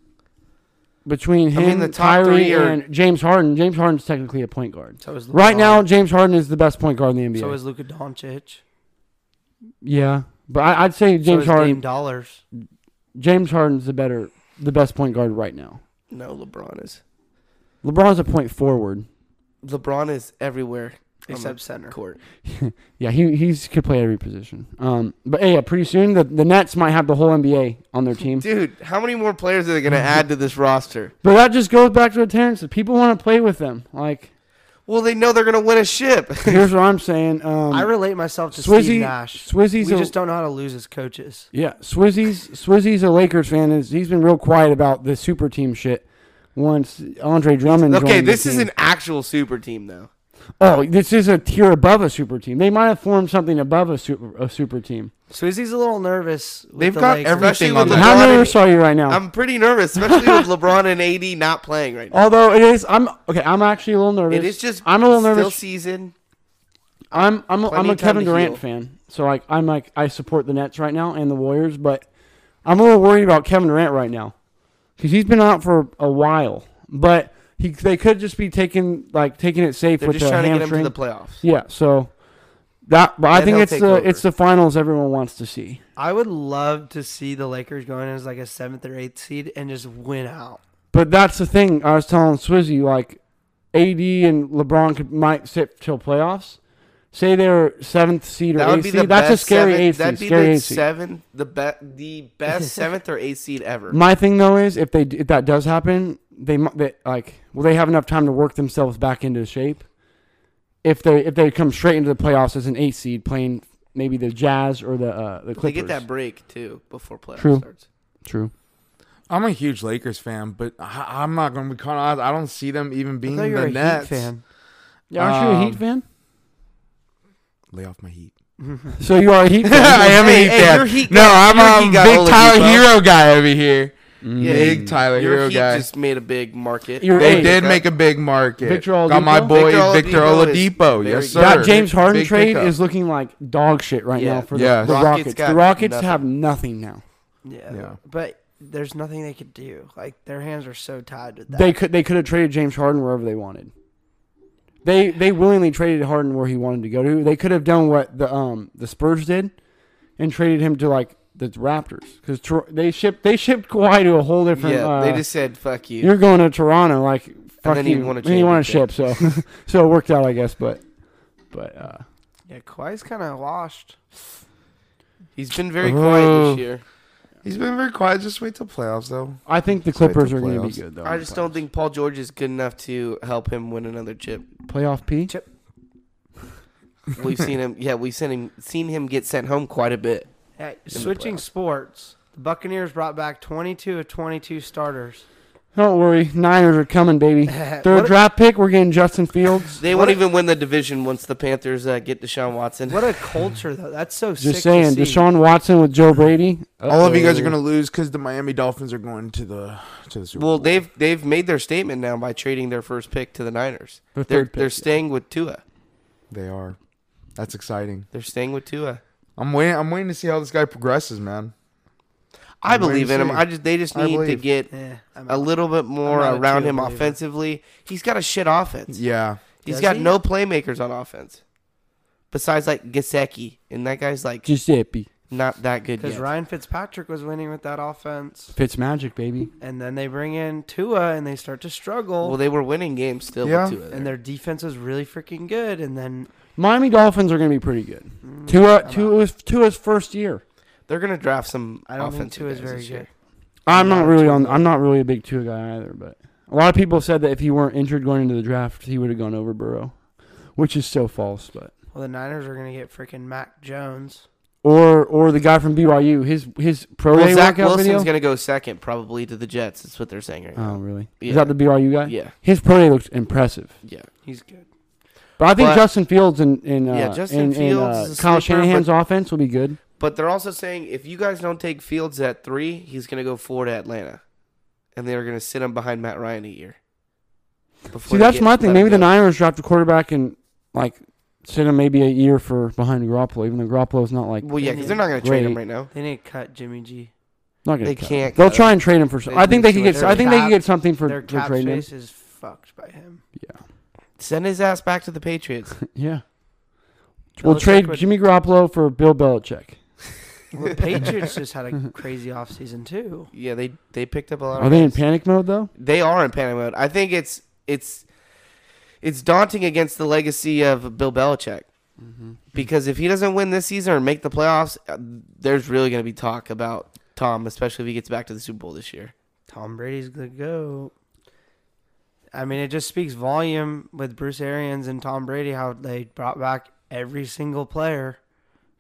B: between
D: I
B: him,
D: mean, the top
B: Kyrie,
D: three are-
B: and James Harden, James Harden's technically a point guard.
A: So is
B: Right
A: LeBron.
B: now, James Harden is the best point guard in the NBA.
A: so is Luka Doncic.
B: yeah, but I, I'd say
A: James so
B: James
A: is
B: Harden.
A: Dame Dollars.
B: James Harden's the better, the best point guard right now.
D: no, LeBron is
B: LeBron's a point forward.
D: LeBron is everywhere on
A: Except center.
D: the court.
B: Yeah, he he's could play every position. Um, but hey, yeah, pretty soon the, the Nets might have the whole NBA on their team.
D: Dude, how many more players are they going to add to this roster?
B: But that just goes back to what Terrence said. People want to play with them. Like
D: Well, they know they're going to win a ship.
B: here's what I'm saying. Um,
A: I relate myself to
B: Swizzy-
A: Steve Nash.
B: Swizzy's
A: we
B: a-
A: just don't know how to lose as coaches.
B: Yeah, Swizzy's Swizzy's a Lakers fan. Is he's been real quiet about the super team shit. Once Andre Drummond.
D: okay,
B: joined the
D: this is
B: team.
D: an actual super team though.
B: Oh, this is a tier above a super team. They might have formed something above a super a super team.
A: Swizzy's a little nervous. With
C: They've
A: the
C: got
A: Lakers.
C: every-
D: Especially
C: Everything on that.
D: with
B: How
D: LeBron.
B: nervous
D: and-
B: are you right now?
D: I'm pretty nervous, especially with LeBron and AD not playing right now.
B: Although it is, I'm okay. I'm actually a little nervous.
D: It is just
B: I'm a little nervous.
D: Still season.
B: I'm I'm a,
D: Plenty
B: I'm a
D: of time
B: Kevin
D: to
B: Durant
D: heal.
B: fan, so like I'm like I support the Nets right now and the Warriors, but I'm a little worried about Kevin Durant right now because he's been out for a while. But he they could just be taking like taking it safe
D: They're
B: with
D: just
B: the
D: trying to get him
B: hamstring.
D: to the playoffs.
B: yeah, so that but I
D: And
B: think
D: he'll
B: it's
D: take
B: the
D: over.
B: it's the finals everyone wants to see.
A: I would love to see the Lakers going as like a seventh or eighth seed and just win out.
B: But that's the thing I was telling Swizzy like AD and LeBron could might sit till playoffs. Say they're seventh seed or
D: That
B: eighth
D: would be the
B: seed. That's a
D: best
B: scary
D: seven-
B: eighth
D: That'd
B: seed.
D: be
B: Scary
D: the
B: eighth seed.
D: seven, the best, the best seventh or eighth seed ever.
B: My thing though is if they if that does happen, they, mu- they like will they have enough time to work themselves back into shape? If they if they come straight into the playoffs as an eight seed, playing maybe the Jazz or the uh, the
D: They
B: Clippers.
D: get that break too before playoff
B: True.
D: starts.
B: True.
C: I'm a huge Lakers fan, but I, I'm not going to be kind of. I don't see them even
A: I
C: being
A: thought you
C: the
A: were a
C: Nets.
A: Heat fan.
B: Yeah, aren't you a
C: Um,
B: Heat fan?
C: Lay off my Heat.
B: So you are a Heat fan.
C: I am
D: Hey,
C: a Heat
D: hey,
C: fan.
D: your Heat
C: no, I'm
D: got- your Heat
C: a
D: got
C: big
D: Oladipo.
C: Tyler Hero guy over here.
D: Yeah,
C: Big Tyler
D: your
C: Hero
D: Heat
C: guy.
D: just made a big market.
B: You're
C: They
B: Hey,
C: did
D: got-
C: make a big market.
B: Victor
C: Got my
B: Oladipo?
C: boy
D: Victor
C: Victor
D: Oladipo is
C: Oladipo.
D: very
C: Yes,
D: good.
C: sir.
B: that James Harden
C: Big
B: trade
C: pickup.
B: is looking like dog shit right
D: Yeah.
B: now for the,
C: Yes.
B: the
D: Rockets
B: Rockets.
D: got
B: The Rockets
D: nothing.
B: have nothing now.
A: Yeah.
C: Yeah.
A: But there's nothing they could do. Like their hands are so tied with that.
B: They could they could have traded James Harden wherever they wanted. They they willingly traded Harden where he wanted to go to. They could have done what the um the Spurs did, and traded him to like the Raptors because they shipped they shipped Kawhi to a whole different.
D: yeah,
B: uh,
D: they just said fuck you.
B: you're going to Toronto like fuck
D: then
B: you.
D: you wanna
B: and you
D: change
B: want to
D: it,
B: ship so so it worked out I guess but but uh,
A: yeah, Kawhi's kind of washed.
D: He's been very quiet
C: Oh.
D: this year.
C: He's been very quiet. Just wait till playoffs, though.
B: I think the
C: Let's wait
B: Clippers
C: till
B: are going to be
C: playoffs.
B: good though.
D: I just don't think Paul George is good enough to help him win another chip.
B: playoff P.
D: We've seen him. Yeah, we've seen him. Seen him get sent home quite a bit.
A: Hey, switching
D: playoffs.
A: sports, the Buccaneers brought back 22 of 22 starters.
B: Don't worry, Niners are coming baby.
A: What
B: Third
A: a-
B: draft pick we're getting Justin Fields.
D: They
A: What
D: won't
A: a-
D: even win the division once the Panthers uh, get Deshaun Watson.
A: What a culture, though. That's so sick.
B: Just
A: to
B: saying,
A: see.
B: Deshaun Watson with Joe Brady.
C: All of you guys are
B: Uh-oh.
C: going to lose because the Miami Dolphins are going to the to the Super
D: Well,
C: Bowl.
D: they've they've made their statement now by trading their first pick to the Niners.
B: Their
D: They're
B: third pick,
D: they're
B: yeah.
D: staying with Tua.
C: They are. That's exciting.
D: They're staying with Tua.
C: I'm waiting. I'm waiting to see how this guy progresses, man.
D: I
C: I'm waiting
D: believe in
C: to
D: him.
C: see.
D: I just they just
C: I
D: need to
C: believe.
D: get
A: Yeah, I'm
D: a
A: out.
D: little bit more
A: not a
D: around
A: Tua
D: him
A: believer.
D: offensively. He's got a shit offense.
C: Yeah.
D: He's
A: Does
D: got
A: he?
D: no playmakers on offense. Besides like Gasecki, and that guy's like
B: Giuseppe.
D: Not that good
A: because
D: yet.
A: Ryan Fitzpatrick was winning with that offense,
B: Fitz magic, baby.
A: and then they bring in Tua and they start to struggle.
D: Well, they were winning games still.
C: Yeah.
D: with Tua there.
A: and their defense was really freaking good, and then
B: Miami Dolphins are going to be pretty good.
D: Mm.
B: Tua, Tua's, Tua's first year.
D: they're gonna draft some.
A: I don't think
D: offensive
A: Tua is
D: guys
A: very
D: this year.
A: good.
B: I'm not really on. I'm not really a big Tua guy either. But a lot of people said that if he weren't injured going into the draft, he would have gone over Burrow, which is so false. But
A: Well, the Niners are gonna get freaking Mac Jones.
B: or or the guy from BYU, his his pro
D: Well,
B: day
D: Zach
B: workout
D: Wilson's
B: video.
D: gonna go second probably to the Jets. That's what they're saying right
B: oh
D: now.
B: really?
D: Yeah.
B: Is that the BYU guy?
D: Yeah,
B: His pro day looked impressive.
D: yeah.
A: He's good.
B: But I think
D: But-
B: Justin Fields and and uh,
D: Yeah, Justin
B: and, and,
D: Fields
B: uh,
D: is a
B: Kyle
D: sleeper,
B: Shanahan's offense will be good.
D: But they're also saying if you guys don't take Fields at three, he's gonna go four to Atlanta, and they're gonna sit him behind Matt Ryan a year.
B: See,
D: before they
B: that's
D: get-
B: my thing.
D: let
B: Maybe
D: him
B: the
D: go.
B: Niners dropped a quarterback and like sit him maybe a year for behind Garoppolo, even though Garoppolo's not like
D: Well, yeah, because they're not gonna trade him
B: Great.
D: right now.
A: They need to cut Jimmy G.
B: not gonna
D: They
B: cut.
D: can't.
B: They'll
D: cut
B: try
D: him.
B: and trade him for.
D: They
B: some- I think
D: need
B: they
D: too
B: could
D: much
B: get. I think they could
A: cap-
B: get something for,
A: Their
B: for
A: cap
B: trading him.
A: space is fucked by him.
D: Send his ass back to the Patriots.
B: Yeah. We'll
A: Belichick
B: trade
A: would-
B: Jimmy Garoppolo for Bill Belichick.
A: Well, the Patriots just had a crazy offseason too.
D: Yeah, they they picked up a lot.
B: Are
D: of
B: they in
D: guys.
B: panic mode though?
D: They are in panic mode. I think it's it's it's daunting against the legacy of Bill Belichick Mm-hmm. because if he doesn't win this season or make the playoffs, uh, there's really going to be talk about Tom, especially if he gets back to the Super Bowl this year.
A: Tom Brady's the go. I mean, it just speaks volume with Bruce Arians and Tom Brady how they brought back every single player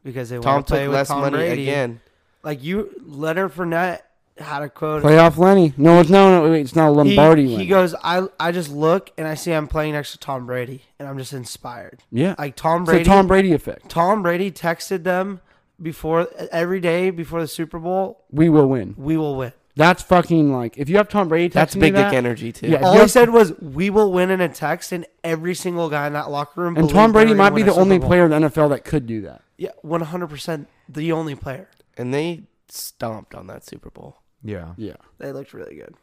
A: because they
D: Tom
A: want to play
D: took
A: with
D: less
A: Tom
D: money
A: Brady.
D: again.
A: Like you, Leonard Fournette had a quote.
B: Playoff Lenny? No, it's no, no. Wait, it's not
A: he,
B: Lombardi.
A: he
B: Lenny.
A: goes, I I just look and I see I'm playing next to Tom Brady, and I'm just inspired.
B: yeah,
A: Like Tom
B: it's the
A: Brady,
B: Tom Brady effect.
A: Tom Brady texted them before every day before the Super Bowl,
B: We will win.
A: we will win.
B: That's fucking like if you have Tom Brady.
D: That's
B: texting you
D: big
B: that,
D: dick energy too.
B: Yeah. If
A: All
B: you
A: he
B: have-
A: said was, "We will win" in a text, and every single guy in that locker room.
B: And
A: believed
B: Tom
A: they
B: Brady
A: were
B: might
A: gonna win
B: be
A: a
B: the
A: Super
B: only
A: Bowl.
B: player in the NFL that could do that.
A: Yeah, one hundred percent, the only player.
D: and they stomped on that Super Bowl.
C: Yeah.
B: Yeah.
A: They looked really good.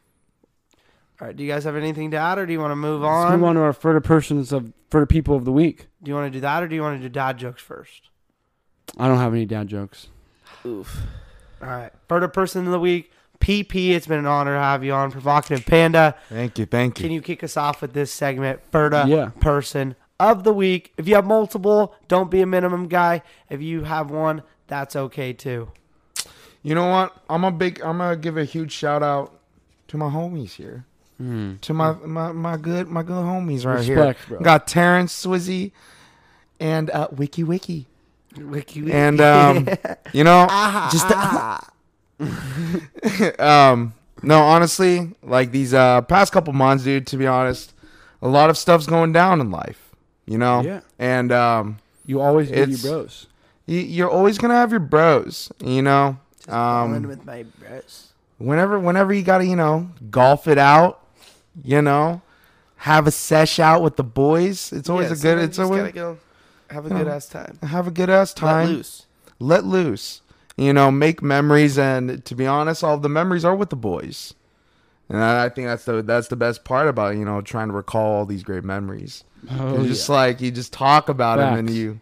A: All right, do you guys have anything to add, or do you want to move
B: Let's
A: on?
B: move on to our further persons of further people of the week.
A: Do you want to do that, or do you want to do dad jokes first?
B: I don't have any dad jokes.
D: Oof.
A: All right, further person of the week, PP. It's been an honor to have you on, Provocative Panda.
C: Thank you. Thank you.
A: Can you kick us off with this segment, Berta
B: Yeah.
A: person of the week? If you have multiple, don't be a minimum guy. If you have one, that's okay too.
C: You know what? I'm a big. I'm gonna give a huge shout out to my homies here. To my, my my good my good homies right
B: Respect,
C: here.
B: bro.
C: Got Terrence Swizzy and uh, Wiki Wiki.
A: Wiki,
C: And um, you know, just the- um, no, honestly, like these uh past couple months, dude. To be honest, a lot of stuff's going down in life. You know.
B: Yeah.
C: And um,
B: You always need your
C: It's-
B: bros.
C: you, you're always gonna have your bros. You know.
A: Rolling
C: Um,
A: with my bros.
C: whenever whenever you gotta you know golf it out you know have a sesh out with the boys it's always a good it's
D: gotta
C: always
D: go have a good ass time.
C: have a good ass time
D: Let loose.
C: Let loose. you know make memories and to be honest all the memories are with the boys and I I think that's the that's the best part about you know trying to recall all these great memories.
B: Oh,
C: It's just like you just talk about them and
B: Facts.
C: you,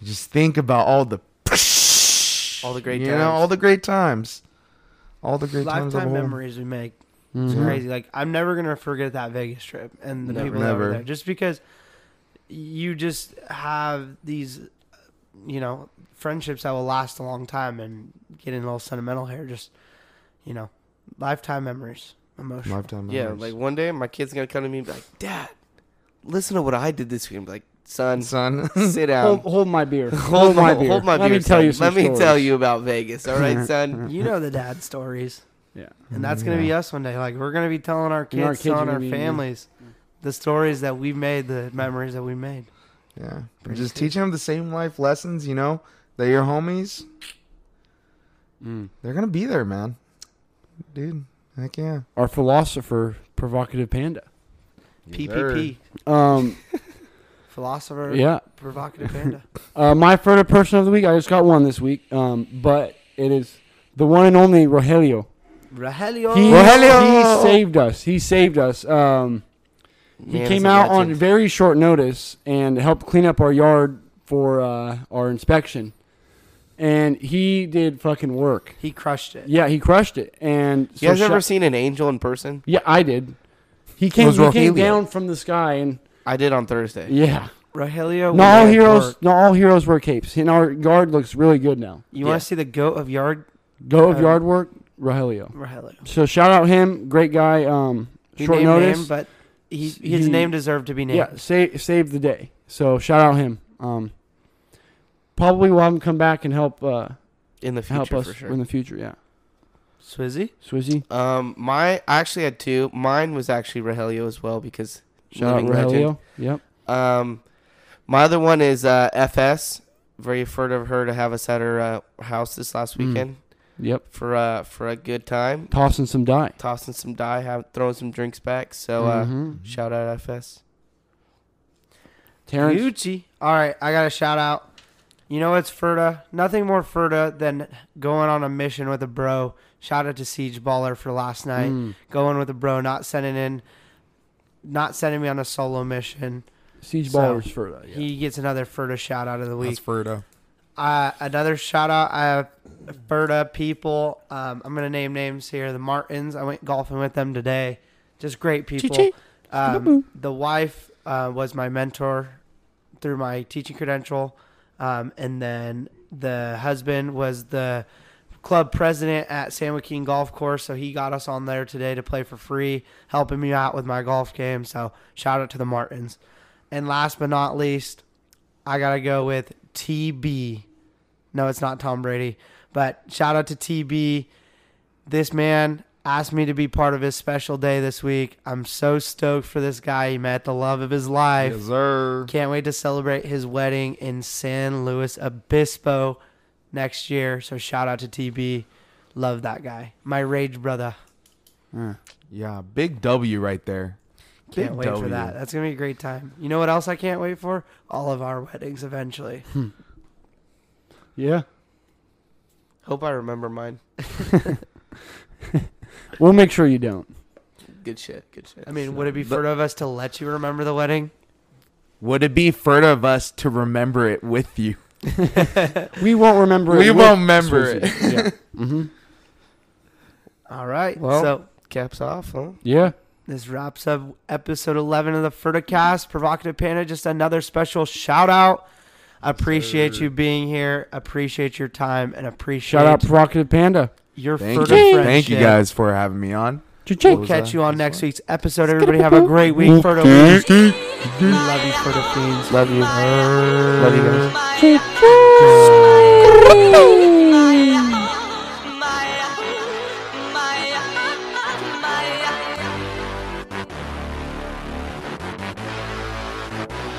C: you just think about all the
D: All the great
C: you
D: times.
C: know all the great times, all the great times. of
A: Lifetime
C: the whole-
A: memories we make. It's
B: Mm-hmm.
A: crazy. Like I'm never gonna forget that Vegas trip and the
D: Never.
A: people that were
C: Never.
A: there, just because you just have these, you know, friendships that will last a long time. And getting a little sentimental here, just you know, lifetime memories, emotional.
C: Lifetime
D: Yeah,
C: memories.
D: like one day my kid's gonna come to me and be like, Dad, listen to what I did this week. I'm like, son,
C: son.
D: sit down.
B: Hold, hold my beer. Hold, my beer.
D: Hold my
B: Let
D: beer.
B: me tell
D: son.
B: you some
D: Let me
B: stories.
D: tell you about Vegas. All right, son.
A: You know the dad stories,
B: Yeah.
A: and that's gonna be us one day. Like we're gonna be telling our kids,
B: And our kids are
A: telling
B: gonna
A: our
B: be-
A: families, the stories that we made, the memories that we made.
C: Yeah, just teaching them the same life lessons. You know, that your homies,
B: Mm.
C: they're gonna be there, man. Dude, heck yeah.
B: Our philosopher, provocative panda.
A: PPP,
B: Um,
A: philosopher,
B: yeah.
A: provocative panda.
B: Uh, my favorite person of the week. I just got one this week. Um, but it is the one and only Rogelio.
A: Rogelio.
B: He,
C: Rogelio!
B: he saved us. He saved us. Um, he
D: Man is
B: came
D: a
B: out on
D: legend.
B: very short notice and helped clean up our yard for uh, our inspection. and he did fucking work.
A: He crushed it.
B: Yeah, he crushed it. And so
D: You guys ever
B: Sha-
D: seen an angel in person?
B: Yeah, I did. He came,
C: Was
B: he came
C: Rogelio.
B: down from the sky, and
D: I did on Thursday.
B: yeah,
A: Rogelio.
B: not all
A: was at
B: heroes.
A: work.
B: Not all heroes wear capes. And our guard looks really good now.
A: You want
D: Yeah.
A: to see the goat of yard?
B: Go of
A: Uh,
B: yard work, Rogelio.
A: Rogelio.
B: So shout out him, great guy. Um,
A: He
B: short
A: named
B: notice,
A: Name, but he, his
B: He-
A: name deserved to be named.
B: yeah, save saved the day. So shout out him. Um, probably will have him come back and help uh,
D: In the future,
B: help us
D: for sure.
B: in the future. Yeah,
A: Swizzy.
B: Swizzy,
D: Um, my I actually had two. Mine was actually Rogelio as well because
B: shout out
D: living legend.
B: Rogelio. Yep.
D: Um, my other one is uh, FS. Very heard of her to have us at her uh, house this last
B: Mm.
D: weekend
B: Yep.
D: for uh, for a good time,
B: Tossing some die.
D: tossing some die, have, throwing some drinks back. So uh,
B: Mhm.
D: shout out FS.
B: Terrence.
A: Gucci. All right, I got a shout out. You know it's Furta. Nothing more Furta than going on a mission with a bro. Shout out to Siege Baller for last night.
B: Mm.
A: Going with a bro, not sending in, not sending me on a solo mission.
B: Siege
A: So,
B: ballers for uh, that. Yeah.
A: He gets another Furta shout out of the week.
C: That's Ferda.
A: Uh, another shout out, uh, Berta people. Um, I'm gonna name names here. The Martins. I went golfing with them today. Just great people. Um, the wife uh, was my mentor through my teaching credential, um, and then the husband was the club president at San Joaquin Golf Course. So he got us on there today to play for free, helping me out with my golf game. So shout out to the Martins. And last but not least, I gotta go with TB. No, it's not Tom Brady. But shout out to TB. This man asked me to be part of his special day this week. I'm so stoked for this guy. He met the love of his life.
C: Deserve.
A: Can't wait to celebrate his wedding in San Luis Obispo next year. So shout out to TB. Love that guy. My rage brother.
B: Uh,
C: Yeah, big W right there.
A: Can't
C: Big
A: wait for
C: W.
A: that. That's going to be a great time. You know what else I can't wait for? All of our weddings eventually.
B: yeah.
D: Hope I remember mine.
B: We'll make sure you don't.
D: Good shit. Good shit.
A: I mean, would it be fair of us to let you remember the wedding?
C: Would it be Ferda of us to remember it with you?
B: We won't remember.
C: We
B: it
C: won't remember it.
B: yeah. hmm
A: All right.
D: Well-
A: so
D: caps off, huh?
B: Yeah.
A: This wraps up episode 11 of the Furticast. Provocative Panda, just another special shout out. Appreciate you being here. Appreciate your time and appreciate
B: Shout out provocative panda.
A: your
C: Thank
A: Furta
C: you.
A: friendship.
C: Thank you guys for having me on.
B: Cha-ching.
A: We'll
C: was
A: catch
C: that?
A: you on
C: That's
A: next
C: fine.
A: week's episode. Everybody have a great week, Furta Week. We love you, Furta Fiends. Love you. Love you guys.
E: Maya, Maya, Maya.